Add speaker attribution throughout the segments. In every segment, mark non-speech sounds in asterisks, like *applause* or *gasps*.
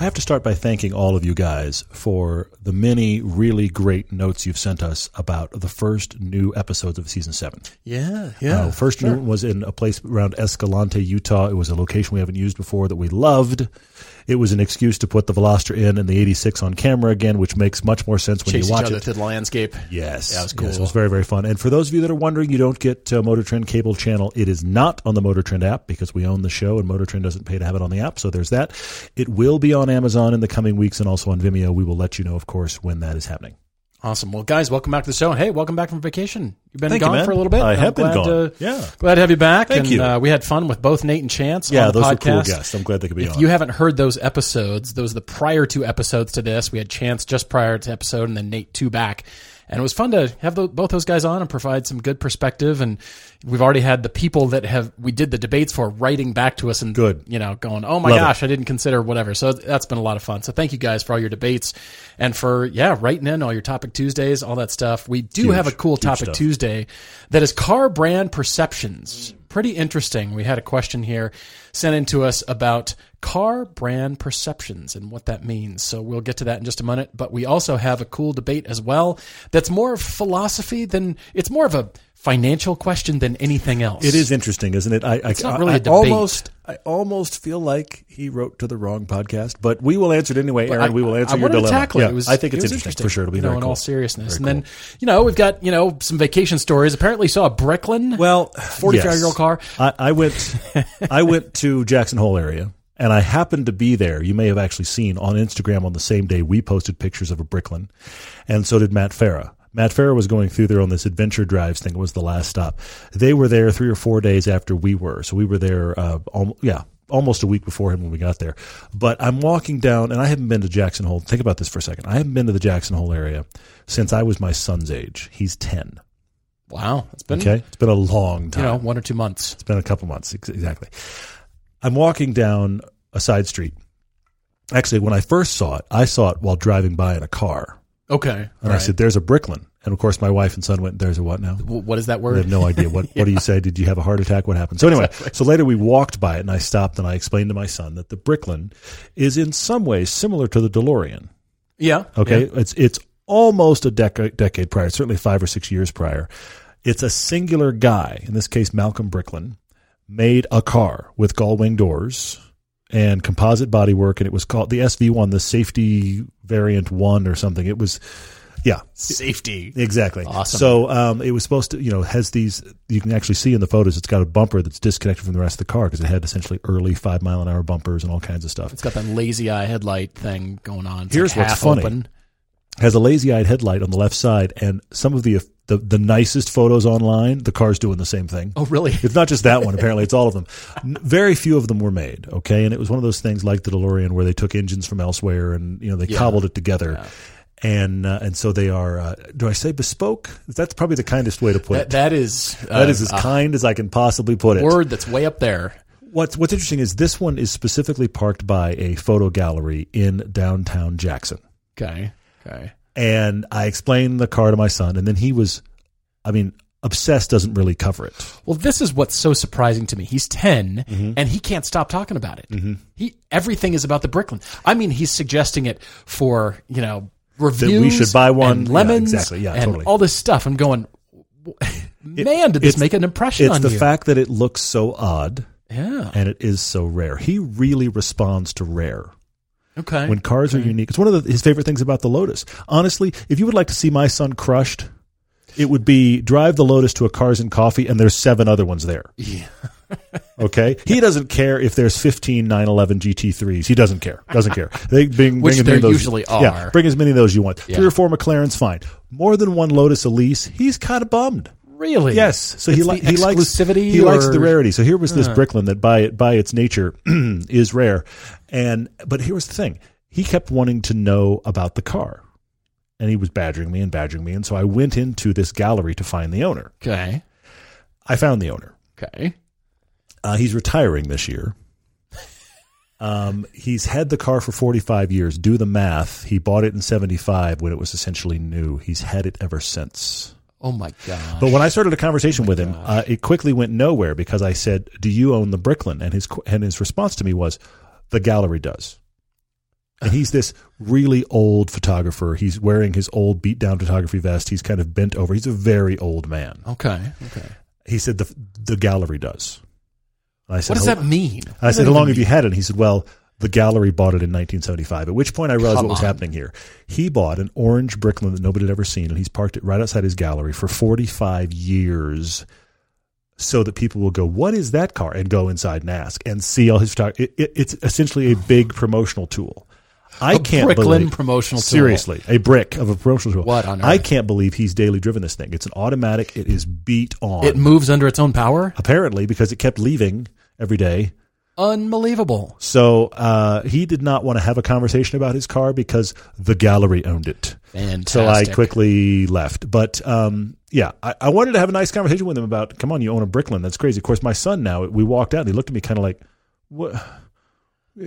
Speaker 1: I have to start by thanking all of you guys for the many really great notes you've sent us about the first new episodes of season seven.
Speaker 2: Yeah, yeah.
Speaker 1: Uh, first new one was in a place around Escalante, Utah. It was a location we haven't used before that we loved. It was an excuse to put the Veloster in and the 86 on camera again, which makes much more sense when you
Speaker 2: Chase each
Speaker 1: watch
Speaker 2: other
Speaker 1: it.
Speaker 2: through the landscape.
Speaker 1: Yes,
Speaker 2: Yeah, it was cool.
Speaker 1: yes, it was very very fun. And for those of you that are wondering, you don't get uh, Motor Trend cable channel. It is not on the Motor Trend app because we own the show, and Motor Trend doesn't pay to have it on the app. So there's that. It will be on Amazon in the coming weeks and also on Vimeo. We will let you know, of course, when that is happening.
Speaker 2: Awesome. Well, guys, welcome back to the show. Hey, welcome back from vacation. You've been
Speaker 1: Thank you,
Speaker 2: gone
Speaker 1: man.
Speaker 2: for a little bit.
Speaker 1: I
Speaker 2: I'm
Speaker 1: have been
Speaker 2: glad
Speaker 1: gone.
Speaker 2: To,
Speaker 1: Yeah.
Speaker 2: glad to have you back.
Speaker 1: Thank
Speaker 2: and,
Speaker 1: you.
Speaker 2: Uh, we had fun with both Nate and Chance.
Speaker 1: yeah,
Speaker 2: on the
Speaker 1: those are cool
Speaker 2: podcast.
Speaker 1: guests. I'm glad they could be
Speaker 2: If
Speaker 1: on.
Speaker 2: you haven't heard those episodes, those are the prior two episodes to this. We had Chance just prior to episode, and then Nate two back. And it was fun to have tho- both those guys on and provide some good perspective. And we've already had the people that have we did the debates for writing back to us and
Speaker 1: Good.
Speaker 2: you know, going, oh my
Speaker 1: Love it.
Speaker 2: gosh, I didn't consider whatever. So that's been a lot of fun. So thank you guys for all your debates and for yeah writing in all your topic Tuesdays, all that stuff. We do
Speaker 1: Huge,
Speaker 2: have a cool
Speaker 1: huge
Speaker 2: topic
Speaker 1: stuff.
Speaker 2: Tuesday. Tuesday that is car brand perceptions. Pretty interesting. We had a question here sent in to us about car brand perceptions and what that means. So we'll get to that in just a minute. But we also have a cool debate as well that's more of philosophy than it's more of a financial question than anything else.
Speaker 1: it is interesting, isn't it? I, I,
Speaker 2: not really
Speaker 1: I
Speaker 2: a debate.
Speaker 1: almost I almost feel like he wrote to the wrong podcast, but we will answer it anyway, Aaron. we will answer
Speaker 2: I
Speaker 1: your
Speaker 2: wanted
Speaker 1: dilemma.
Speaker 2: To tackle it.
Speaker 1: yeah,
Speaker 2: It was-
Speaker 1: I think
Speaker 2: it
Speaker 1: it's
Speaker 2: was
Speaker 1: interesting, for sure. It'll be
Speaker 2: you know,
Speaker 1: very
Speaker 2: in
Speaker 1: cool.
Speaker 2: all seriousness.
Speaker 1: Very
Speaker 2: and then you know we've got you know some vacation stories. Apparently saw a Bricklin.
Speaker 1: Well,
Speaker 2: 45 year old car.
Speaker 1: I, I went, *laughs* I went to Jackson Hole area, and I happened to be there. You may have actually seen on Instagram on the same day we posted pictures of a Bricklin, and so did Matt Farah. Matt Farah was going through there on this adventure drives thing. It was the last stop. They were there three or four days after we were, so we were there. Uh, al- yeah. Almost a week before him when we got there. But I'm walking down, and I haven't been to Jackson Hole. Think about this for a second. I haven't been to the Jackson Hole area since I was my son's age. He's 10.
Speaker 2: wow, it's been
Speaker 1: Okay? It's been a long
Speaker 2: you
Speaker 1: time.
Speaker 2: know one or two months.
Speaker 1: It's been a couple months, ex- exactly. I'm walking down a side street. Actually, when I first saw it, I saw it while driving by in a car.
Speaker 2: Okay,
Speaker 1: And I
Speaker 2: Right.
Speaker 1: said, There's a Bricklin. And of course, my wife and son went, There's a what now?
Speaker 2: W- what is that
Speaker 1: I
Speaker 2: word?
Speaker 1: have no idea. What, what do you say? Did you have a heart attack? What happened? So, anyway, so later we walked by it and I stopped and I explained to my son that the Bricklin is in some ways similar to the DeLorean.
Speaker 2: Yeah.
Speaker 1: Okay, it's it's almost a dec- decade prior, certainly five or six years prior. It's a singular guy, in this case Malcolm Bricklin, made a car with gullwing doors and composite bodywork, and it was called the SV1, the safety variant one or something. It was, yeah,
Speaker 2: Safety.
Speaker 1: Exactly.
Speaker 2: Awesome.
Speaker 1: So um, it was supposed to, you know, has these. You can actually see in the photos, it's got a bumper that's disconnected from the rest of the car because it had essentially early five mile an hour bumpers and all kinds of stuff.
Speaker 2: It's got that lazy eye headlight thing going on. It's
Speaker 1: Here's
Speaker 2: like
Speaker 1: what's
Speaker 2: half
Speaker 1: funny.
Speaker 2: Open.
Speaker 1: has a lazy-eyed headlight on the left side, and some of the the, the nicest photos online, the car's doing the same thing. *laughs*
Speaker 2: Oh, really?
Speaker 1: It's not just
Speaker 2: *laughs*
Speaker 1: that one. Apparently, it's all of them. N- Very few of them were made. Okay, and it was one of those things like the DeLorean, where they took engines from elsewhere and you know they cobbled it together, and uh, and so they are. Uh, do I say bespoke? That's probably the kindest way to put
Speaker 2: That,
Speaker 1: it.
Speaker 2: that is uh,
Speaker 1: that is as
Speaker 2: a
Speaker 1: kind as I can possibly put it.
Speaker 2: word that's way up there.
Speaker 1: What's What's interesting is this one is specifically parked by a photo gallery in downtown Jackson.
Speaker 2: Okay. Okay.
Speaker 1: and I explained the car to my son, and then he was, I mean, obsessed doesn't really cover it.
Speaker 2: Well, this is what's so surprising to me. He's 10
Speaker 1: Mm-hmm.
Speaker 2: and he can't stop talking about it. He everything is about the Bricklin. I mean, he's suggesting it for, you know, reviews
Speaker 1: should buy one.
Speaker 2: and
Speaker 1: Yeah,
Speaker 2: lemons
Speaker 1: exactly. Yeah,
Speaker 2: and
Speaker 1: totally.
Speaker 2: all this stuff. I'm going *laughs* man, did this
Speaker 1: it's-
Speaker 2: make an impression
Speaker 1: It's
Speaker 2: on
Speaker 1: the
Speaker 2: you?
Speaker 1: fact that it looks so odd
Speaker 2: yeah.
Speaker 1: and it is so rare. He really responds to rare.
Speaker 2: Okay.
Speaker 1: When cars are unique, it's one of the, his favorite things about the Lotus. Honestly, if you would like to see my son crushed, it would be drive the Lotus to a Cars and Coffee, and there's seven other ones there.
Speaker 2: Yeah.
Speaker 1: Okay, he doesn't care if there's 15 911 GT3s. He doesn't care. Doesn't
Speaker 2: *laughs*
Speaker 1: care. They bring,
Speaker 2: Which
Speaker 1: bring as
Speaker 2: there
Speaker 1: many of those,
Speaker 2: usually are.
Speaker 1: Yeah, bring as many of those you want.
Speaker 2: Yeah.
Speaker 1: Three or four McLarens, fine. More than one Lotus Elise. He's kind of bummed.
Speaker 2: really?
Speaker 1: Yes, so he,
Speaker 2: It's
Speaker 1: li-
Speaker 2: the
Speaker 1: he likes
Speaker 2: exclusivity
Speaker 1: He likes
Speaker 2: or-
Speaker 1: the rarity. So here was this Bricklin that by it by its nature *clears throat* is rare, and but here was the thing. He kept wanting to know about the car, and he was badgering me and badgering me, and so I went into this gallery to find the owner.
Speaker 2: Okay.
Speaker 1: I found the owner.
Speaker 3: Okay.
Speaker 1: Uh, he's retiring this year. Um, he's had the car for 45 years. Do the math. He bought it in 75 when it was essentially new. He's had it ever since.
Speaker 3: Oh my god.
Speaker 1: But when I started a
Speaker 3: Oh
Speaker 1: conversation with him, uh, it quickly went nowhere because I said, "Do you own the Bricklin?" and his qu- and his response to me was, "The gallery does." And he's this really old photographer. He's wearing his old beat down photography vest. He's kind of bent over. He's a very old man.
Speaker 3: okay. Okay.
Speaker 1: He said, "The the gallery does." And I said,
Speaker 3: What does
Speaker 1: "How-
Speaker 3: that mean?
Speaker 1: I
Speaker 3: What
Speaker 1: said,
Speaker 3: does
Speaker 1: "How
Speaker 3: that
Speaker 1: long
Speaker 3: even
Speaker 1: have you had it?" And he said, "Well, the gallery bought it in 1975." At which point, I realized
Speaker 3: Come
Speaker 1: what was
Speaker 3: on.
Speaker 1: happening here. He bought an orange Bricklin that nobody had ever seen, and he's parked it right outside his gallery for 45 years, so that people will go, "What is that car?" and go inside and ask and see all his photography. It, it, it's essentially a big promotional tool. I
Speaker 3: A
Speaker 1: can't
Speaker 3: Bricklin
Speaker 1: believe
Speaker 3: promotional tool.
Speaker 1: seriously a brick of a promotional tool.
Speaker 3: What on
Speaker 1: I
Speaker 3: earth?
Speaker 1: can't believe he's daily driven this thing. It's an automatic. It is beat on.
Speaker 3: It moves under its own power.
Speaker 1: apparently because it kept leaving every day
Speaker 3: Unbelievable.
Speaker 1: so uh, he did not want to have a conversation about his car because the gallery owned it.
Speaker 3: Fantastic.
Speaker 1: So I quickly left. But um, yeah, I, I wanted to have a nice conversation with him about, come on, you own a Bricklin. That's crazy. Of course, my son now, we walked out and he looked at me kind of like, what? *laughs*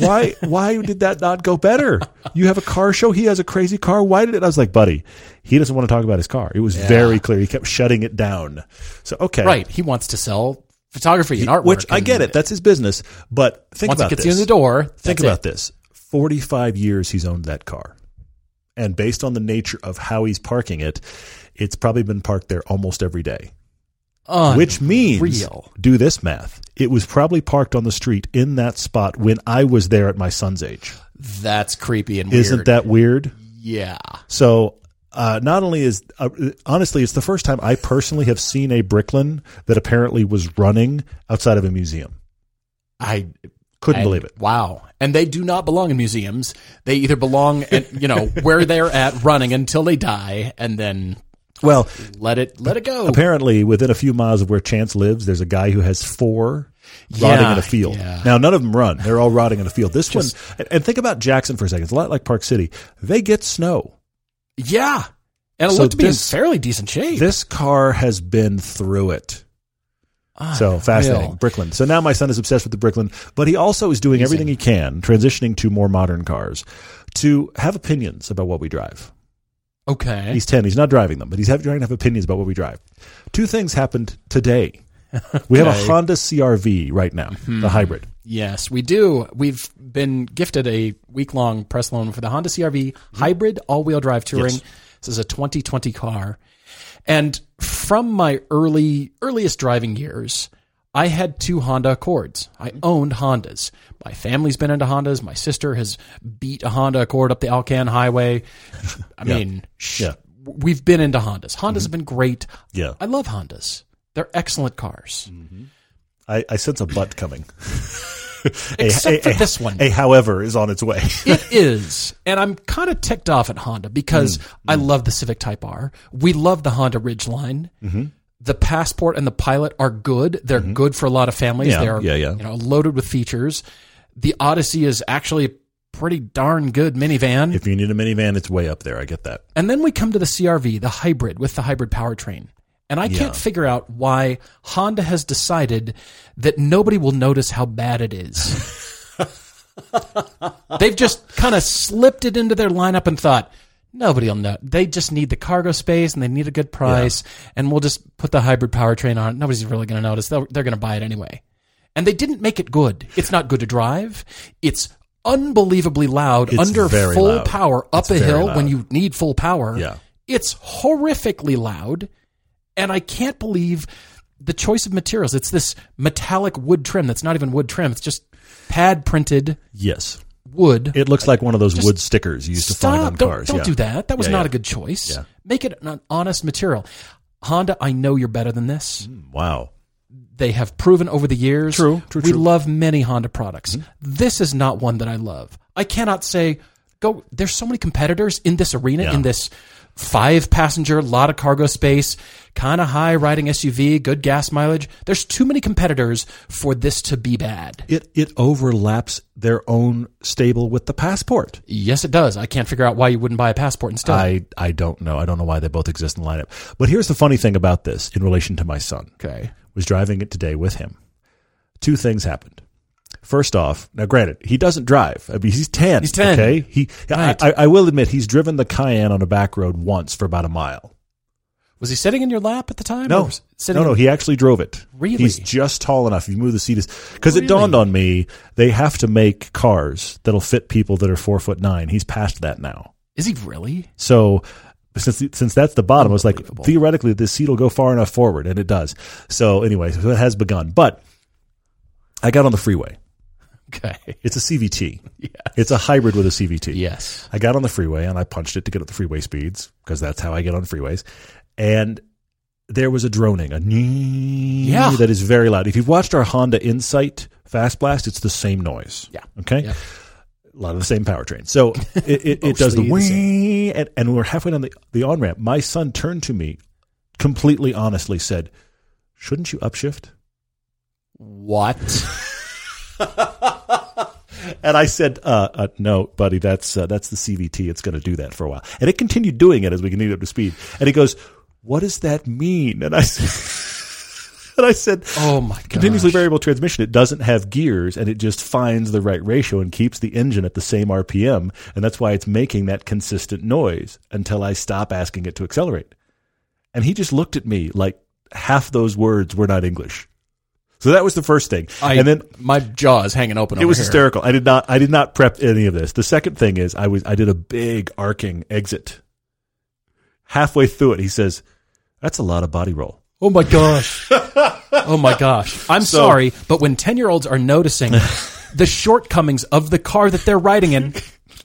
Speaker 1: why why did that not go better? You have a car show, he has a crazy car. Why did it? I was like, buddy, he doesn't want to talk about his car. It was very clear. He kept shutting it down. So okay.
Speaker 3: Right. He wants to sell photography and artwork.
Speaker 1: Which I
Speaker 3: and
Speaker 1: get it. That's his business. But think
Speaker 3: Once
Speaker 1: about
Speaker 3: it gets
Speaker 1: this.
Speaker 3: you in the door,
Speaker 1: Think
Speaker 3: that's
Speaker 1: about
Speaker 3: it.
Speaker 1: this 45 years he's owned that car. And based on the nature of how he's parking it, it's probably been parked there almost every day.
Speaker 3: Unreal.
Speaker 1: Which means, do this math. It was probably parked on the street in that spot when I was there at my son's age.
Speaker 3: that's creepy and weird.
Speaker 1: Isn't that weird?
Speaker 3: Yeah.
Speaker 1: So, uh, not only is, uh, honestly, it's the first time I personally have seen a Bricklin that apparently was running outside of a museum.
Speaker 3: I
Speaker 1: Couldn't
Speaker 3: I-
Speaker 1: believe it.
Speaker 3: Wow. And they do not belong in museums. They either belong at you know *laughs* where they're at running until they die and then
Speaker 1: Well,
Speaker 3: let it let it go.
Speaker 1: apparently within a few miles of where Chance lives, there's a guy who has four rotting
Speaker 3: Yeah,
Speaker 1: in a field.
Speaker 3: yeah.
Speaker 1: Now none of them run; they're all rotting in a field. This one, and- and think about Jackson for a second. It's a lot like Park City. They get snow.
Speaker 3: Yeah. And it
Speaker 1: So
Speaker 3: looked to be
Speaker 1: this-
Speaker 3: in fairly decent shape.
Speaker 1: This car has been through it.
Speaker 3: Ah,
Speaker 1: So fascinating,
Speaker 3: real.
Speaker 1: Bricklin. So now my son is obsessed with the Bricklin, but he also is doing everything he can, transitioning to more modern cars, to have opinions about what we drive.
Speaker 3: Okay.
Speaker 1: He's 10. He's not driving them, but he's have, trying to have opinions about what we drive. Two things happened
Speaker 3: *laughs*
Speaker 1: today. We have a Honda CRV right now,
Speaker 3: Mm-hmm.
Speaker 1: the hybrid.
Speaker 3: Yes, we do. We've been gifted a week long press loan for the Honda CRV hybrid all wheel drive touring.
Speaker 1: Yes.
Speaker 3: This is a 2020 car. And from my early earliest driving years, I had two Honda Accords.
Speaker 1: Mm-hmm.
Speaker 3: I owned Hondas. My family's been into Hondas. My sister has beat a Honda Accord up the Alcan Highway. I mean,
Speaker 1: *laughs*
Speaker 3: sh-
Speaker 1: Yeah. Mm-hmm.
Speaker 3: we've been into Hondas. Hondas have been great.
Speaker 1: Yeah.
Speaker 3: I love Hondas. They're excellent cars.
Speaker 1: I, I sense a butt
Speaker 3: *laughs*
Speaker 1: coming. A-
Speaker 3: Except
Speaker 1: a-
Speaker 3: for
Speaker 1: a-
Speaker 3: this one.
Speaker 1: A however is on its
Speaker 3: *laughs*
Speaker 1: way.
Speaker 3: It is. And I'm kind of ticked off at Honda because
Speaker 1: Mm.
Speaker 3: I love the Civic Type R. We love the Honda Ridgeline.
Speaker 1: Mm-hmm.
Speaker 3: The Passport and the Pilot are good. They're good for a lot of families.
Speaker 1: Yeah,
Speaker 3: they are
Speaker 1: yeah, yeah.
Speaker 3: You know, loaded with features. The Odyssey is actually a pretty darn good minivan.
Speaker 1: if you need a minivan, it's way up there. I get that.
Speaker 3: and then we come to the CRV, the hybrid with the hybrid powertrain. And I can't figure out why Honda has decided that nobody will notice how bad it is.
Speaker 1: *laughs*
Speaker 3: They've just kind of slipped it into their lineup and thought, nobody'll know. They just need the cargo space and they need a good price, and we'll just put the hybrid powertrain on it. Nobody's really going to notice. They'll, they're going to buy it anyway. And they didn't make it good. It's not good to drive. It's unbelievably loud
Speaker 1: It's
Speaker 3: under
Speaker 1: very
Speaker 3: full
Speaker 1: loud.
Speaker 3: power up
Speaker 1: It's
Speaker 3: a
Speaker 1: very
Speaker 3: hill
Speaker 1: loud.
Speaker 3: when you need full power.
Speaker 1: Yeah.
Speaker 3: It's horrifically loud, and I can't believe the choice of materials. It's this metallic wood trim that's not even wood trim. It's just pad printed
Speaker 1: Yes.
Speaker 3: wood.
Speaker 1: It looks like one of those
Speaker 3: Just
Speaker 1: wood stickers you used to
Speaker 3: Stop!
Speaker 1: find on
Speaker 3: don't
Speaker 1: cars.
Speaker 3: don't
Speaker 1: yeah.
Speaker 3: do that. That was
Speaker 1: Yeah,
Speaker 3: not
Speaker 1: yeah.
Speaker 3: a good choice.
Speaker 1: Yeah.
Speaker 3: Make it an honest material. Honda, I know you're better than this.
Speaker 1: Wow.
Speaker 3: They have proven over the years.
Speaker 1: True, true, Mm-hmm.
Speaker 3: we
Speaker 1: true.
Speaker 3: love many Honda products. This is not one that I love. I cannot say go. There's so many competitors in this arena
Speaker 1: Yeah.
Speaker 3: in this five passenger, lot of cargo space, kind of high riding SUV, good gas mileage. There's too many competitors for this to be bad.
Speaker 1: It it overlaps their own stable with the passport.
Speaker 3: Yes, it does. I can't figure out why you wouldn't buy a passport instead.
Speaker 1: I, I don't know. I don't know why they both exist in the lineup. But here's the funny thing about this in relation to my son.
Speaker 3: okay.
Speaker 1: was driving it today with him. Two things happened. First off, now granted, he doesn't drive. I mean, he's ten.
Speaker 3: He's 10.
Speaker 1: Okay, he.
Speaker 3: Right.
Speaker 1: I, I, I will admit, he's driven the Cayenne on a back road once for about a mile.
Speaker 3: Was he sitting in your lap at the time?
Speaker 1: No,
Speaker 3: Or sitting
Speaker 1: no, no. He actually drove it.
Speaker 3: Really?
Speaker 1: He's just tall enough. You move the seat because
Speaker 3: Really?
Speaker 1: it dawned on me they have to make cars that'll fit people that are four foot nine. He's past that now.
Speaker 3: Is he really? *laughs*
Speaker 1: So since since that's the bottom, I was like
Speaker 3: Unbelievable.
Speaker 1: theoretically this seat will go far enough forward, and it does. So anyway, so it has begun. But I got on the freeway.
Speaker 3: Okay.
Speaker 1: It's a CVT. It's a hybrid with a CVT.
Speaker 3: Yes.
Speaker 1: I got on the freeway and I punched it to get up the freeway speeds because that's how I get on freeways. And there was a droning, a yeah. that is very loud. If you've watched our Honda Insight Fast Blast, it's the same noise.
Speaker 3: Yeah.
Speaker 1: Okay.
Speaker 3: Yeah.
Speaker 1: A lot of the same powertrain.
Speaker 3: *laughs*
Speaker 1: So it, it, it does the
Speaker 3: Mostly the
Speaker 1: wee, and, and we we're halfway down the, the on ramp. My son turned to me, completely honestly said, Shouldn't you upshift?
Speaker 3: What?
Speaker 1: And I said, uh, uh, "No, buddy, that's uh, that's the CVT. It's going to do that for a while." And it continued doing it as we continued up to speed. And he goes, "What does that mean?" And I said, and I said, *laughs*
Speaker 3: Oh my god.
Speaker 1: "Continuously variable transmission. It doesn't have gears, and it just finds the right ratio and keeps the engine at the same RPM, and that's why it's making that consistent noise until I stop asking it to accelerate." And he just looked at me like half those words were not English. So that was the first thing,
Speaker 3: I,
Speaker 1: and then
Speaker 3: my jaw is hanging open.
Speaker 1: it was
Speaker 3: here.
Speaker 1: hysterical. I did not I did not prep any of this. The second thing is I was I did a big arcing exit. Halfway through it, he says, "That's a lot of body roll."
Speaker 3: Oh
Speaker 1: *laughs*
Speaker 3: my gosh. oh my gosh. I'm sorry, but when 10 year olds
Speaker 1: *laughs*
Speaker 3: are noticing the shortcomings of the car that they're riding in,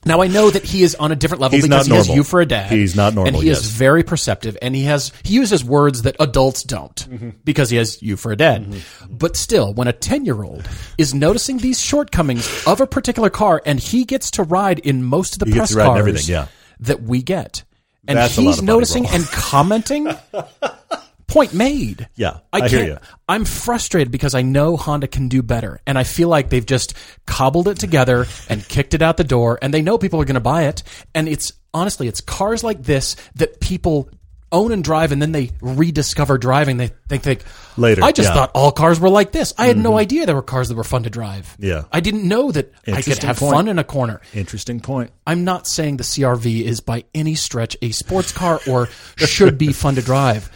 Speaker 3: now I know that he is on a different level
Speaker 1: He's
Speaker 3: because
Speaker 1: not
Speaker 3: he has
Speaker 1: normal.
Speaker 3: you for a dad.
Speaker 1: He's not normal,
Speaker 3: And he
Speaker 1: yes.
Speaker 3: is very perceptive and he has, he uses words that adults don't
Speaker 1: Mm-hmm.
Speaker 3: because he has you for a dad. But still, when a 10 year old is noticing these shortcomings of a particular car and he gets to ride in most of the
Speaker 1: He
Speaker 3: press
Speaker 1: gets to ride in
Speaker 3: cars
Speaker 1: everything, yeah.
Speaker 3: that we get. And
Speaker 1: That's a lot
Speaker 3: he's
Speaker 1: of body
Speaker 3: noticing
Speaker 1: roll.
Speaker 3: and
Speaker 1: *laughs*
Speaker 3: commenting point made.
Speaker 1: Yeah, I hear ya.
Speaker 3: I'm frustrated because I know Honda can do better, and I feel like they've just cobbled it together and kicked it out the door, and they know people are going to buy it. And it's honestly, it's cars like this that people own and drive, and then they rediscover driving. They think think
Speaker 1: Later,
Speaker 3: I just
Speaker 1: yeah. Mm-hmm.
Speaker 3: thought all cars were like this. I had no idea there were cars that were fun to drive.
Speaker 1: Yeah.
Speaker 3: I didn't know that I could
Speaker 1: Interesting
Speaker 3: have
Speaker 1: point.
Speaker 3: fun in a corner.
Speaker 1: Interesting point.
Speaker 3: I'm not saying the CRV is by any stretch a sports car or should be fun to drive,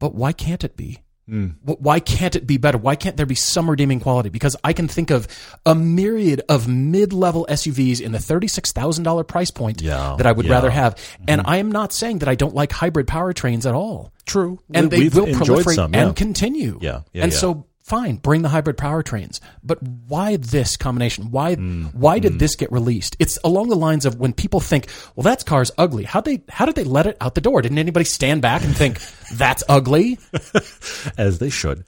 Speaker 3: but why can't it be?
Speaker 1: Hmm.
Speaker 3: Wh- Why can't it be better? Why can't there be some redeeming quality? Because I can think of a myriad of mid-level SUVs in the thirty-six thousand dollar price point
Speaker 1: Yeah,
Speaker 3: that I would
Speaker 1: yeah. Mm-hmm.
Speaker 3: rather have, and I am not saying that I don't like hybrid powertrains at all.
Speaker 1: True.
Speaker 3: and
Speaker 1: We-
Speaker 3: they
Speaker 1: we've
Speaker 3: will
Speaker 1: enjoyed
Speaker 3: proliferate
Speaker 1: some, yeah.
Speaker 3: and continue.
Speaker 1: Yeah, yeah,
Speaker 3: and
Speaker 1: yeah.
Speaker 3: so fine, bring the hybrid powertrains. But why this combination? Why
Speaker 1: Mm,
Speaker 3: why did this get released? It's along the lines of when people think, well, that car's ugly. How they how did they let it out the door? Didn't anybody stand back and think *laughs* that's ugly?
Speaker 1: As they should.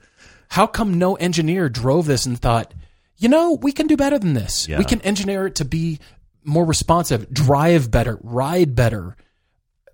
Speaker 3: How come no engineer drove this and thought, you know, we can do better than this.
Speaker 1: Yeah.
Speaker 3: We can engineer it to be more responsive, drive better, ride better,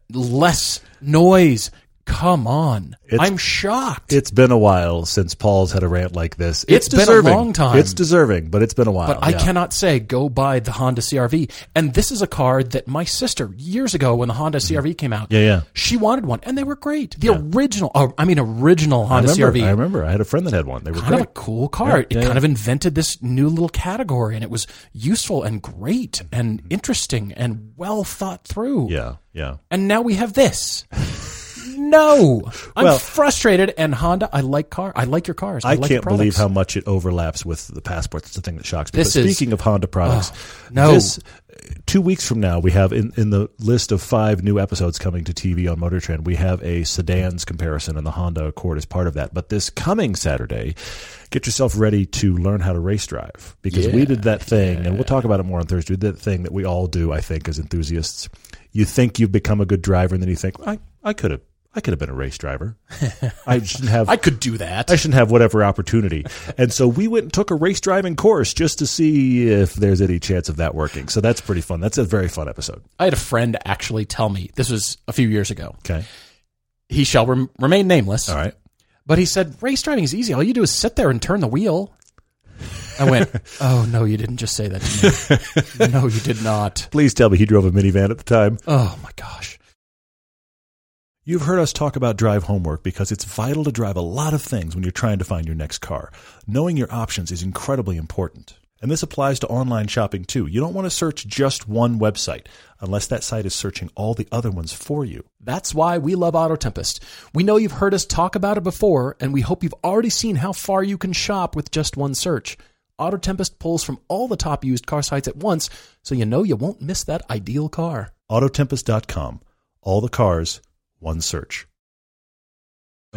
Speaker 3: less noise. Come on. I'm shocked.
Speaker 1: It's been a while since Paul's had a rant like this.
Speaker 3: It's been a
Speaker 1: deserving.
Speaker 3: long time.
Speaker 1: It's deserving, but it's been a while.
Speaker 3: But I
Speaker 1: yeah.
Speaker 3: cannot say go buy the Honda CRV. And this is a car that my sister years ago, when the Honda CRV came out,
Speaker 1: Mm-hmm. Yeah, yeah.
Speaker 3: she wanted one, and they were great. The original, oh, I mean, original
Speaker 1: I
Speaker 3: Honda
Speaker 1: remember,
Speaker 3: CRV,
Speaker 1: I remember. I had a friend that had one. They were
Speaker 3: kind of
Speaker 1: great.
Speaker 3: a cool car. it
Speaker 1: yeah,
Speaker 3: kind
Speaker 1: yeah.
Speaker 3: of invented this new little category, and it was useful and great and interesting and well thought through.
Speaker 1: yeah, yeah.
Speaker 3: And now we have this. No, I'm
Speaker 1: Well-
Speaker 3: frustrated. And Honda, I like car. I like your cars. I,
Speaker 1: I
Speaker 3: like your
Speaker 1: can't believe
Speaker 3: products.
Speaker 1: how much it overlaps with the passports. It's the thing that shocks me.
Speaker 3: This
Speaker 1: but
Speaker 3: is-
Speaker 1: speaking of Honda products,
Speaker 3: no.
Speaker 1: this- two weeks from now, we have in, in the list of five new episodes coming to TV on Motor Trend, we have a sedans comparison, and the Honda Accord is part of that. But this coming Saturday, get yourself ready to learn how to race drive because we did that thing, and we'll talk about it more on Thursday. That thing that we all do, I think, as enthusiasts. You think you've become a good driver, and then you think, I, I could have. I could have been a race driver. I shouldn't have.
Speaker 3: I could do that.
Speaker 1: I shouldn't have whatever opportunity. and so we went and took a race driving course just to see if there's any chance of that working. So that's pretty fun. That's a very fun episode.
Speaker 3: I had a friend actually tell me this was a few years ago.
Speaker 1: Okay.
Speaker 3: He shall rem- remain nameless.
Speaker 1: All right.
Speaker 3: But he said, race driving is easy. All you do is sit there and turn the wheel.
Speaker 1: *laughs*
Speaker 3: I went, oh, no, you didn't just say that to me. no,
Speaker 1: *laughs*
Speaker 3: you did not.
Speaker 1: Please tell me he drove a minivan at the time.
Speaker 3: Oh, my gosh.
Speaker 1: You've heard us talk about drive homework because it's vital to drive a lot of things when you're trying to find your next car. Knowing your options is incredibly important. And this applies to online shopping too. You don't want to search just one website unless that site is searching all the other ones for you.
Speaker 3: That's why we love Auto Tempest. We know you've heard us talk about it before, and we hope you've already seen how far you can shop with just one search. Auto Tempest pulls from all the top used car sites at once, so you know you won't miss that ideal car.
Speaker 1: Autotempest.com. All the cars, one search.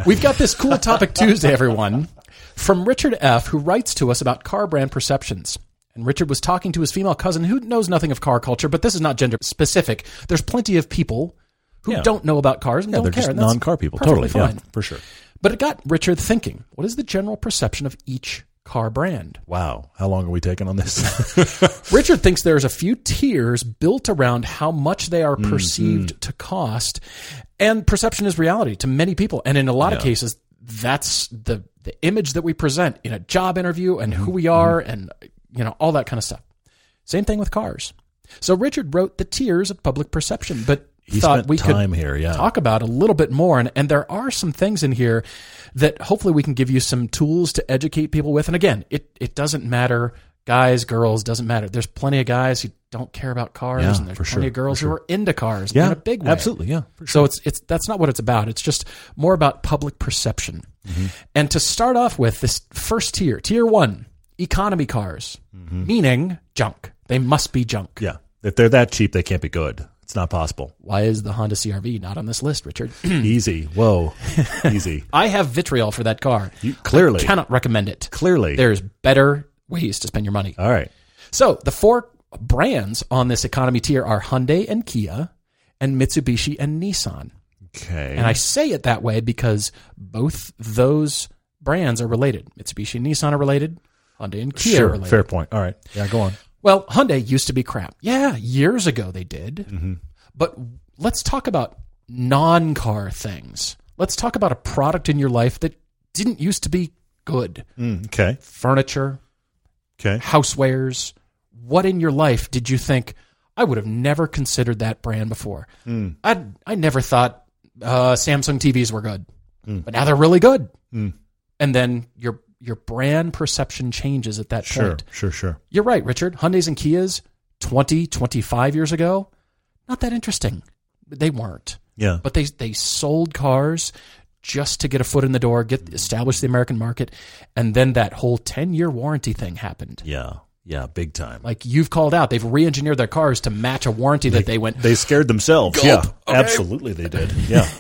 Speaker 3: We've got this cool topic Tuesday, everyone, from Richard F., who writes to us about car brand perceptions. And Richard was talking to his female cousin who knows nothing of car culture, but this is not gender specific. There's plenty of people who
Speaker 1: Yeah.
Speaker 3: don't know about cars and
Speaker 1: Yeah,
Speaker 3: don't
Speaker 1: they're
Speaker 3: care.
Speaker 1: just
Speaker 3: and that's
Speaker 1: non-car people. Totally,
Speaker 3: perfectly fine.
Speaker 1: yeah, for sure.
Speaker 3: But it got Richard thinking what is the general perception of each car brand?
Speaker 1: Wow, how long are we taking on this? *laughs*
Speaker 3: Richard thinks there's a few tiers built around how much they
Speaker 1: Mm-hmm.
Speaker 3: are perceived to cost. And perception is reality to many people. And in a lot of cases, that's the, the image that we present in a job interview and who
Speaker 1: Mm-hmm.
Speaker 3: we are and you know all that kind of stuff. Same thing with cars. So Richard wrote the tiers of public perception, but
Speaker 1: He
Speaker 3: thought
Speaker 1: spent
Speaker 3: we
Speaker 1: time
Speaker 3: could
Speaker 1: here, yeah.
Speaker 3: talk about a little bit more. And, and there are some things in here that hopefully we can give you some tools to educate people with. And again, it, it doesn't matter. Guys, girls, doesn't matter. There's plenty of guys who don't care about cars,
Speaker 1: Yeah,
Speaker 3: and there's
Speaker 1: for
Speaker 3: plenty
Speaker 1: sure,
Speaker 3: of girls who are into cars in a big way.
Speaker 1: Absolutely, yeah. for
Speaker 3: So it's it's that's not what it's about. It's just more about public perception.
Speaker 1: Mm-hmm.
Speaker 3: And to start off with this first tier, tier one, economy cars,
Speaker 1: Mm-hmm.
Speaker 3: meaning junk. They must be junk.
Speaker 1: Yeah. If they're that cheap, they can't be good. It's not
Speaker 3: *clears throat*
Speaker 1: possible.
Speaker 3: Why is the Honda CRV not on this list, Richard?
Speaker 1: Easy.
Speaker 3: *laughs*
Speaker 1: Whoa. Easy.
Speaker 3: I have vitriol for that car.
Speaker 1: You, clearly.
Speaker 3: Cannot recommend it.
Speaker 1: Clearly.
Speaker 3: There's better ways to spend your money.
Speaker 1: All right.
Speaker 3: So the four brands on this economy tier are Hyundai and Kia, and Mitsubishi and Nissan.
Speaker 1: Okay.
Speaker 3: And I say it that way because both those brands are related. Mitsubishi and Nissan are related. Hyundai and Kia are
Speaker 1: sure.
Speaker 3: related.
Speaker 1: Fair point. All right. Yeah, go on.
Speaker 3: Well, Hyundai used to be crap. Yeah, years ago they did.
Speaker 1: Mm-hmm.
Speaker 3: But let's talk about non car things. Let's talk about a product in your life that didn't used to be good
Speaker 1: Mm, okay.
Speaker 3: furniture,
Speaker 1: Okay.
Speaker 3: housewares. What in your life did you think I would have never considered that brand before? I I never thought uh, Samsung TVs were good, but now they're really good. And then your your brand perception changes at that
Speaker 1: Sure.
Speaker 3: point.
Speaker 1: Sure. Sure.
Speaker 3: You're right, Richard. Hyundai's and Kias 20, 25 years ago, not that interesting. They weren't.
Speaker 1: Yeah.
Speaker 3: But they they sold cars just to get a foot in the door, get establish the American market, and then that whole 10-year warranty thing happened
Speaker 1: yeah. Yeah. Big time.
Speaker 3: like you've called out, they've re-engineered their cars to match a warranty that they went.
Speaker 1: they scared themselves. Yeah. Absolutely, they did. Yeah.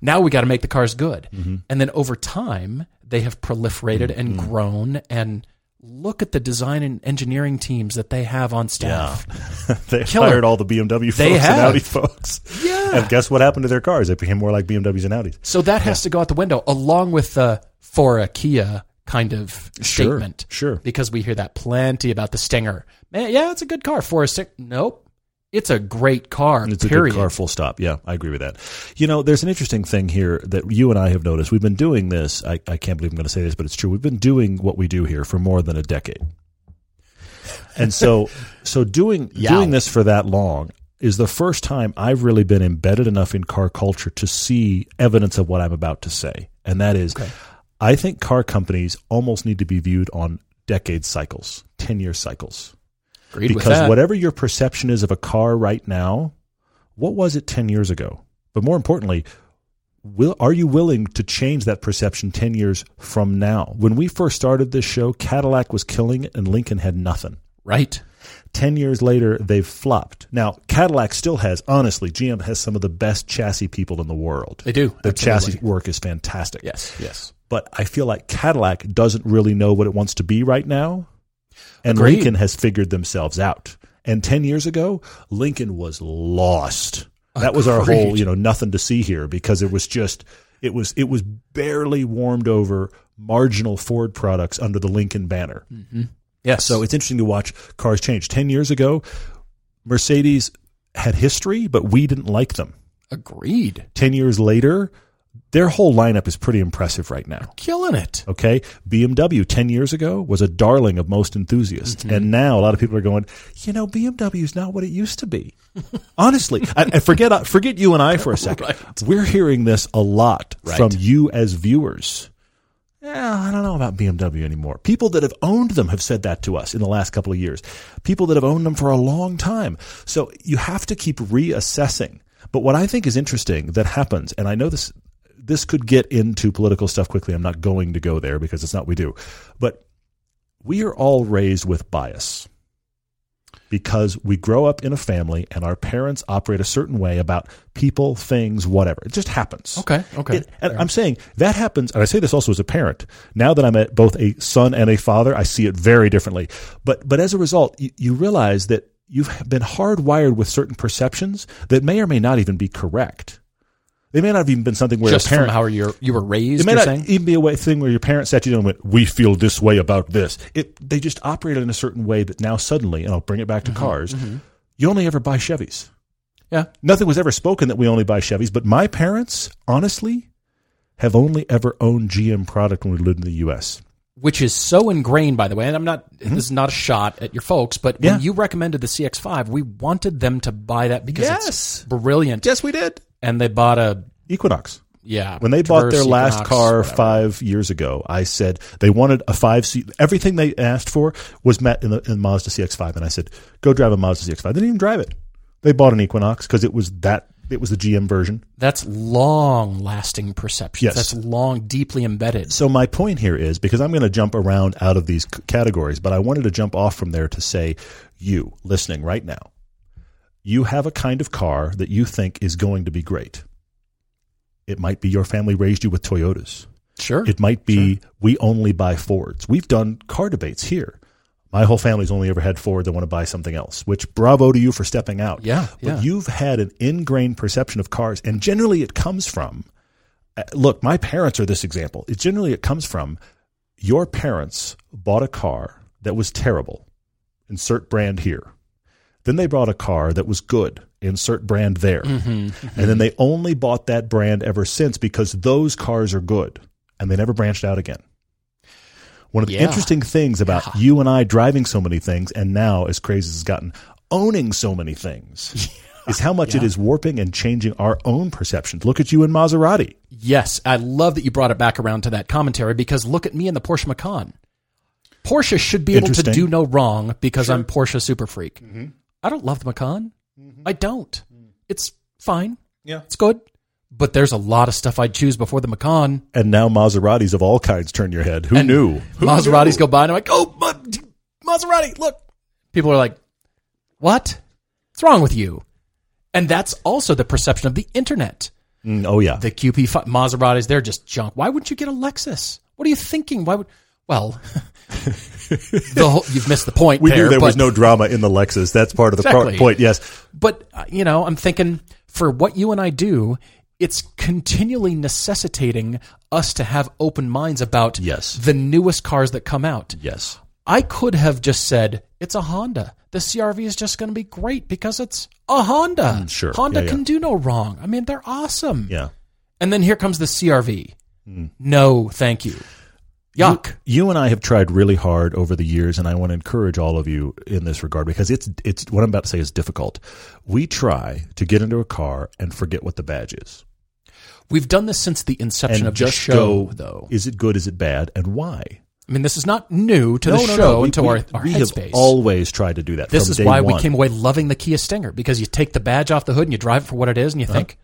Speaker 3: Now we got to make the cars good,
Speaker 1: Mm-hmm.
Speaker 3: and then over time they have proliferated and grown. And look at the design and engineering teams that they have on staff.
Speaker 1: *laughs* they
Speaker 3: Killer.
Speaker 1: fired all the BMW folks
Speaker 3: They
Speaker 1: and
Speaker 3: have.
Speaker 1: Audi folks. Yeah. And guess what happened to their cars? They became more like BMWs and Audis.
Speaker 3: So that has to go out the window, along with the for a Kia kind of statement.
Speaker 1: sure.
Speaker 3: because we hear that plenty about the Stinger. Man, yeah, it's a good car for a stick. Nope, it's a great car.
Speaker 1: It's
Speaker 3: period.
Speaker 1: a good car, full stop. Yeah, I agree with that. You know, there's an interesting thing here that you and I have noticed. We've been doing this. I, I can't believe I'm going to say this, but it's true. We've been doing what we do here for more than a decade. And so, so doing doing this for that long is the first time I've really been embedded enough in car culture to see evidence of what I'm about to say, and that is, I think car companies almost need to be viewed on decade cycles, ten year cycles
Speaker 3: Agreed with
Speaker 1: because
Speaker 3: that.
Speaker 1: whatever your perception is of a car right now, what was it 10 years ago? But more importantly, will are you willing to change that perception 10 years from now? When we first started this show, Cadillac was killing it and Lincoln had nothing.
Speaker 3: right.
Speaker 1: 10 years later, they've flopped. Now, Cadillac still has, honestly, GM has some of the best chassis people in the world.
Speaker 3: They do,
Speaker 1: Their
Speaker 3: absolutely.
Speaker 1: chassis work is fantastic.
Speaker 3: Yes. Yes.
Speaker 1: But I feel like Cadillac doesn't really know what it wants to be right now. And
Speaker 3: Agreed.
Speaker 1: Lincoln has figured themselves out. And 10 years ago, Lincoln was lost. That was our whole,
Speaker 3: Agreed.
Speaker 1: you know, nothing to see here because it was just it was it was barely warmed over marginal Ford products under the Lincoln banner.
Speaker 3: Hmm. Yes.
Speaker 1: So it's interesting to watch cars change. 10 years ago, Mercedes had history, but we didn't like them.
Speaker 3: agreed.
Speaker 1: 10 years later, Their whole lineup is pretty impressive right now.
Speaker 3: Killing it.
Speaker 1: Okay. BMW 10 years ago was a darling of most enthusiasts. And now a lot of people are going, you know, BMW's not what it used to be. *laughs* Honestly, I, I forget, uh, forget you and I for a second. We're hearing this a lot from you as viewers. Yeah, I don't know about BMW anymore. People that have owned them have said that to us in the last couple of years. People that have owned them for a long time. So you have to keep reassessing. But what I think is interesting that happens, and I know this this could get into political stuff quickly. I'm not going to go there because it's not what we do. But we are all raised with bias because we grow up in a family and our parents operate a certain way about people, things, whatever. It just happens.
Speaker 3: Okay, okay.
Speaker 1: It- and I'm saying that happens, and I say this also as a parent. Now that I'm a, both a son and a father, I see it very differently. But but as a result, you, you realize that you've been hardwired with certain perceptions that may or may not even be correct. They may not have even been something where
Speaker 3: Just
Speaker 1: a parent
Speaker 3: from how you you were raised,
Speaker 1: it may
Speaker 3: you're
Speaker 1: not
Speaker 3: saying?
Speaker 1: even be a way, thing where your parents sat you down and went, "We feel this way about this." It they just operated in a certain way that now suddenly, and I'll bring it back to cars. You only ever buy Chevys.
Speaker 3: Yeah.
Speaker 1: Nothing was ever spoken that we only buy Chevys, but my parents, honestly, have only ever owned GM product when we lived in the U.S.
Speaker 3: Which is so ingrained, by the way. And I'm not, this is not a shot at your folks, but
Speaker 1: Mm-hmm. Yeah.
Speaker 3: when you recommended the CX5, we wanted them to buy that because
Speaker 1: Yes.
Speaker 3: it's brilliant.
Speaker 1: Yes, we did.
Speaker 3: And they bought a,
Speaker 1: Equinox.
Speaker 3: yeah.
Speaker 1: When they bought their
Speaker 3: Traverse,
Speaker 1: last
Speaker 3: Equinox,
Speaker 1: car
Speaker 3: whatever.
Speaker 1: five years ago, I said they wanted a five seat. Everything they asked for was met in the in Mazda CX-5, and I said, "Go drive a Mazda CX-5." They didn't even drive it. They bought an Equinox because it was that it was the GM version.
Speaker 3: That's long lasting perceptions.
Speaker 1: Yes.
Speaker 3: That's long, deeply embedded.
Speaker 1: So my point here is because I'm going to jump around out of these c- categories, but I wanted to jump off from there to say, you listening right now, you have a kind of car that you think is going to be great. It might be your family raised you with Toyotas.
Speaker 3: Sure.
Speaker 1: It might be we only buy Fords. We've done car debates here. My whole family's only ever had Ford. They want to buy something else, which bravo to you for stepping out.
Speaker 3: Yeah,
Speaker 1: But
Speaker 3: yeah.
Speaker 1: you've had an ingrained perception of cars, and generally it comes from uh, look, my parents are this example. It generally it comes from your parents bought a car that was terrible. Insert brand here. Then they bought a car that was good. Insert brand there.
Speaker 3: Mm-hmm,
Speaker 1: And then they only bought that brand ever since because those cars are good and they never branched out again. One of the
Speaker 3: Yeah.
Speaker 1: interesting things about you and I driving so many things and now, as crazy as it's gotten, owning so many
Speaker 3: *laughs*
Speaker 1: things is how much it is warping and changing our own perceptions. Look at you in Maserati.
Speaker 3: Yes, I love that you brought it back around to that commentary because look at me in the Porsche Macan. Porsche should be able to
Speaker 1: Interesting. Mm-hmm.
Speaker 3: do no wrong because I'm Porsche super freak. I don't love the Macan. I don't.
Speaker 1: Mm.
Speaker 3: It's fine. Yeah, it's good. But there's a lot of stuff I'd choose before the Macan.
Speaker 1: And now Maseratis of all kinds turn your head. Who
Speaker 3: And
Speaker 1: knew? Who
Speaker 3: Maseratis
Speaker 1: knew?
Speaker 3: go by and I'm like, oh, Ma- Maserati, look. People are like, what? What's wrong with you? And that's also the perception of the internet.
Speaker 1: Mm, oh yeah.
Speaker 3: the QP fi- Maseratis, they're just junk. Why wouldn't you get a Lexus? What are you thinking? Why would? Well, *laughs* the whole, you've missed the point.
Speaker 1: we
Speaker 3: there,
Speaker 1: knew there
Speaker 3: but,
Speaker 1: was no drama in the Lexus. That's part of the pro-
Speaker 3: Exactly.
Speaker 1: point. Yes.
Speaker 3: But uh, you know, I'm thinking for what you and I do, it's continually necessitating us to have open minds about
Speaker 1: Yes.
Speaker 3: the newest cars that come out.
Speaker 1: Yes.
Speaker 3: I could have just said it's a Honda. The CRV is just going to be great because it's a Honda.
Speaker 1: Mm, sure.
Speaker 3: Honda
Speaker 1: Yeah, yeah.
Speaker 3: can do no wrong. I mean, they're awesome.
Speaker 1: Yeah.
Speaker 3: And then here comes the CRV. No, thank you. Yuck.
Speaker 1: Hmm. You and I have tried really hard over the years, and I want to encourage all of you in this regard because it's it's what I'm about to say is difficult. We try to get into a car and forget what the badge is,
Speaker 3: We've done this since the inception
Speaker 1: and
Speaker 3: of
Speaker 1: just
Speaker 3: the show,
Speaker 1: go,
Speaker 3: though.
Speaker 1: Is it good? Is it bad? And why?
Speaker 3: I mean, this is not new to the show
Speaker 1: We-
Speaker 3: and to
Speaker 1: we-
Speaker 3: our, our
Speaker 1: we
Speaker 3: headspace.
Speaker 1: have always tried to do that.
Speaker 3: this
Speaker 1: from
Speaker 3: is
Speaker 1: day
Speaker 3: why we
Speaker 1: one.
Speaker 3: came away loving the Kia Stinger because you take the badge off the hood and you drive it for what it is, and you think,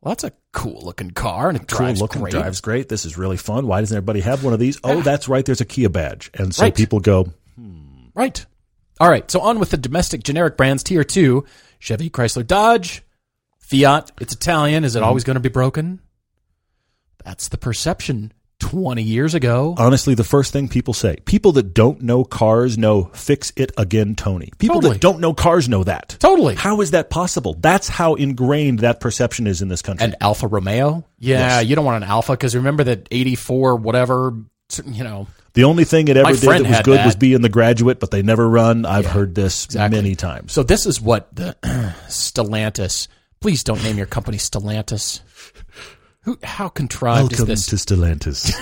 Speaker 3: "Well, that's a cool looking car, and it
Speaker 1: Uh-huh. cool
Speaker 3: drives
Speaker 1: looking,
Speaker 3: great."
Speaker 1: drives great. This is really fun. Why doesn't everybody have one of these? Oh, that's right. There's a Kia badge, and so
Speaker 3: Right.
Speaker 1: people go.
Speaker 3: Right. All right. So on with the domestic generic brands tier two: Chevy, Chrysler, Dodge, Fiat. It's Italian.
Speaker 1: Mm-hmm.
Speaker 3: Is it always going to be broken? That's the perception twenty years ago.
Speaker 1: Honestly, the first thing people say, people that don't know cars know "fix it again, Tony." People
Speaker 3: Totally.
Speaker 1: that don't know cars know that.
Speaker 3: Totally.
Speaker 1: How is that possible? That's how ingrained that perception is in this country.
Speaker 3: an Alfa Romeo. Yeah,
Speaker 1: Yes.
Speaker 3: you don't want an Alfa because remember that '84 whatever. You know,
Speaker 1: the only thing it
Speaker 3: My
Speaker 1: ever did
Speaker 3: friend
Speaker 1: that was
Speaker 3: had
Speaker 1: good
Speaker 3: that.
Speaker 1: was be in the graduate, but they never run. I've heard this many times.
Speaker 3: so this is *clears throat* what the Stellantis. Please don't name your company Stellantis. Who? How contrived
Speaker 1: Welcome
Speaker 3: is
Speaker 1: to
Speaker 3: this?
Speaker 1: Stellantis.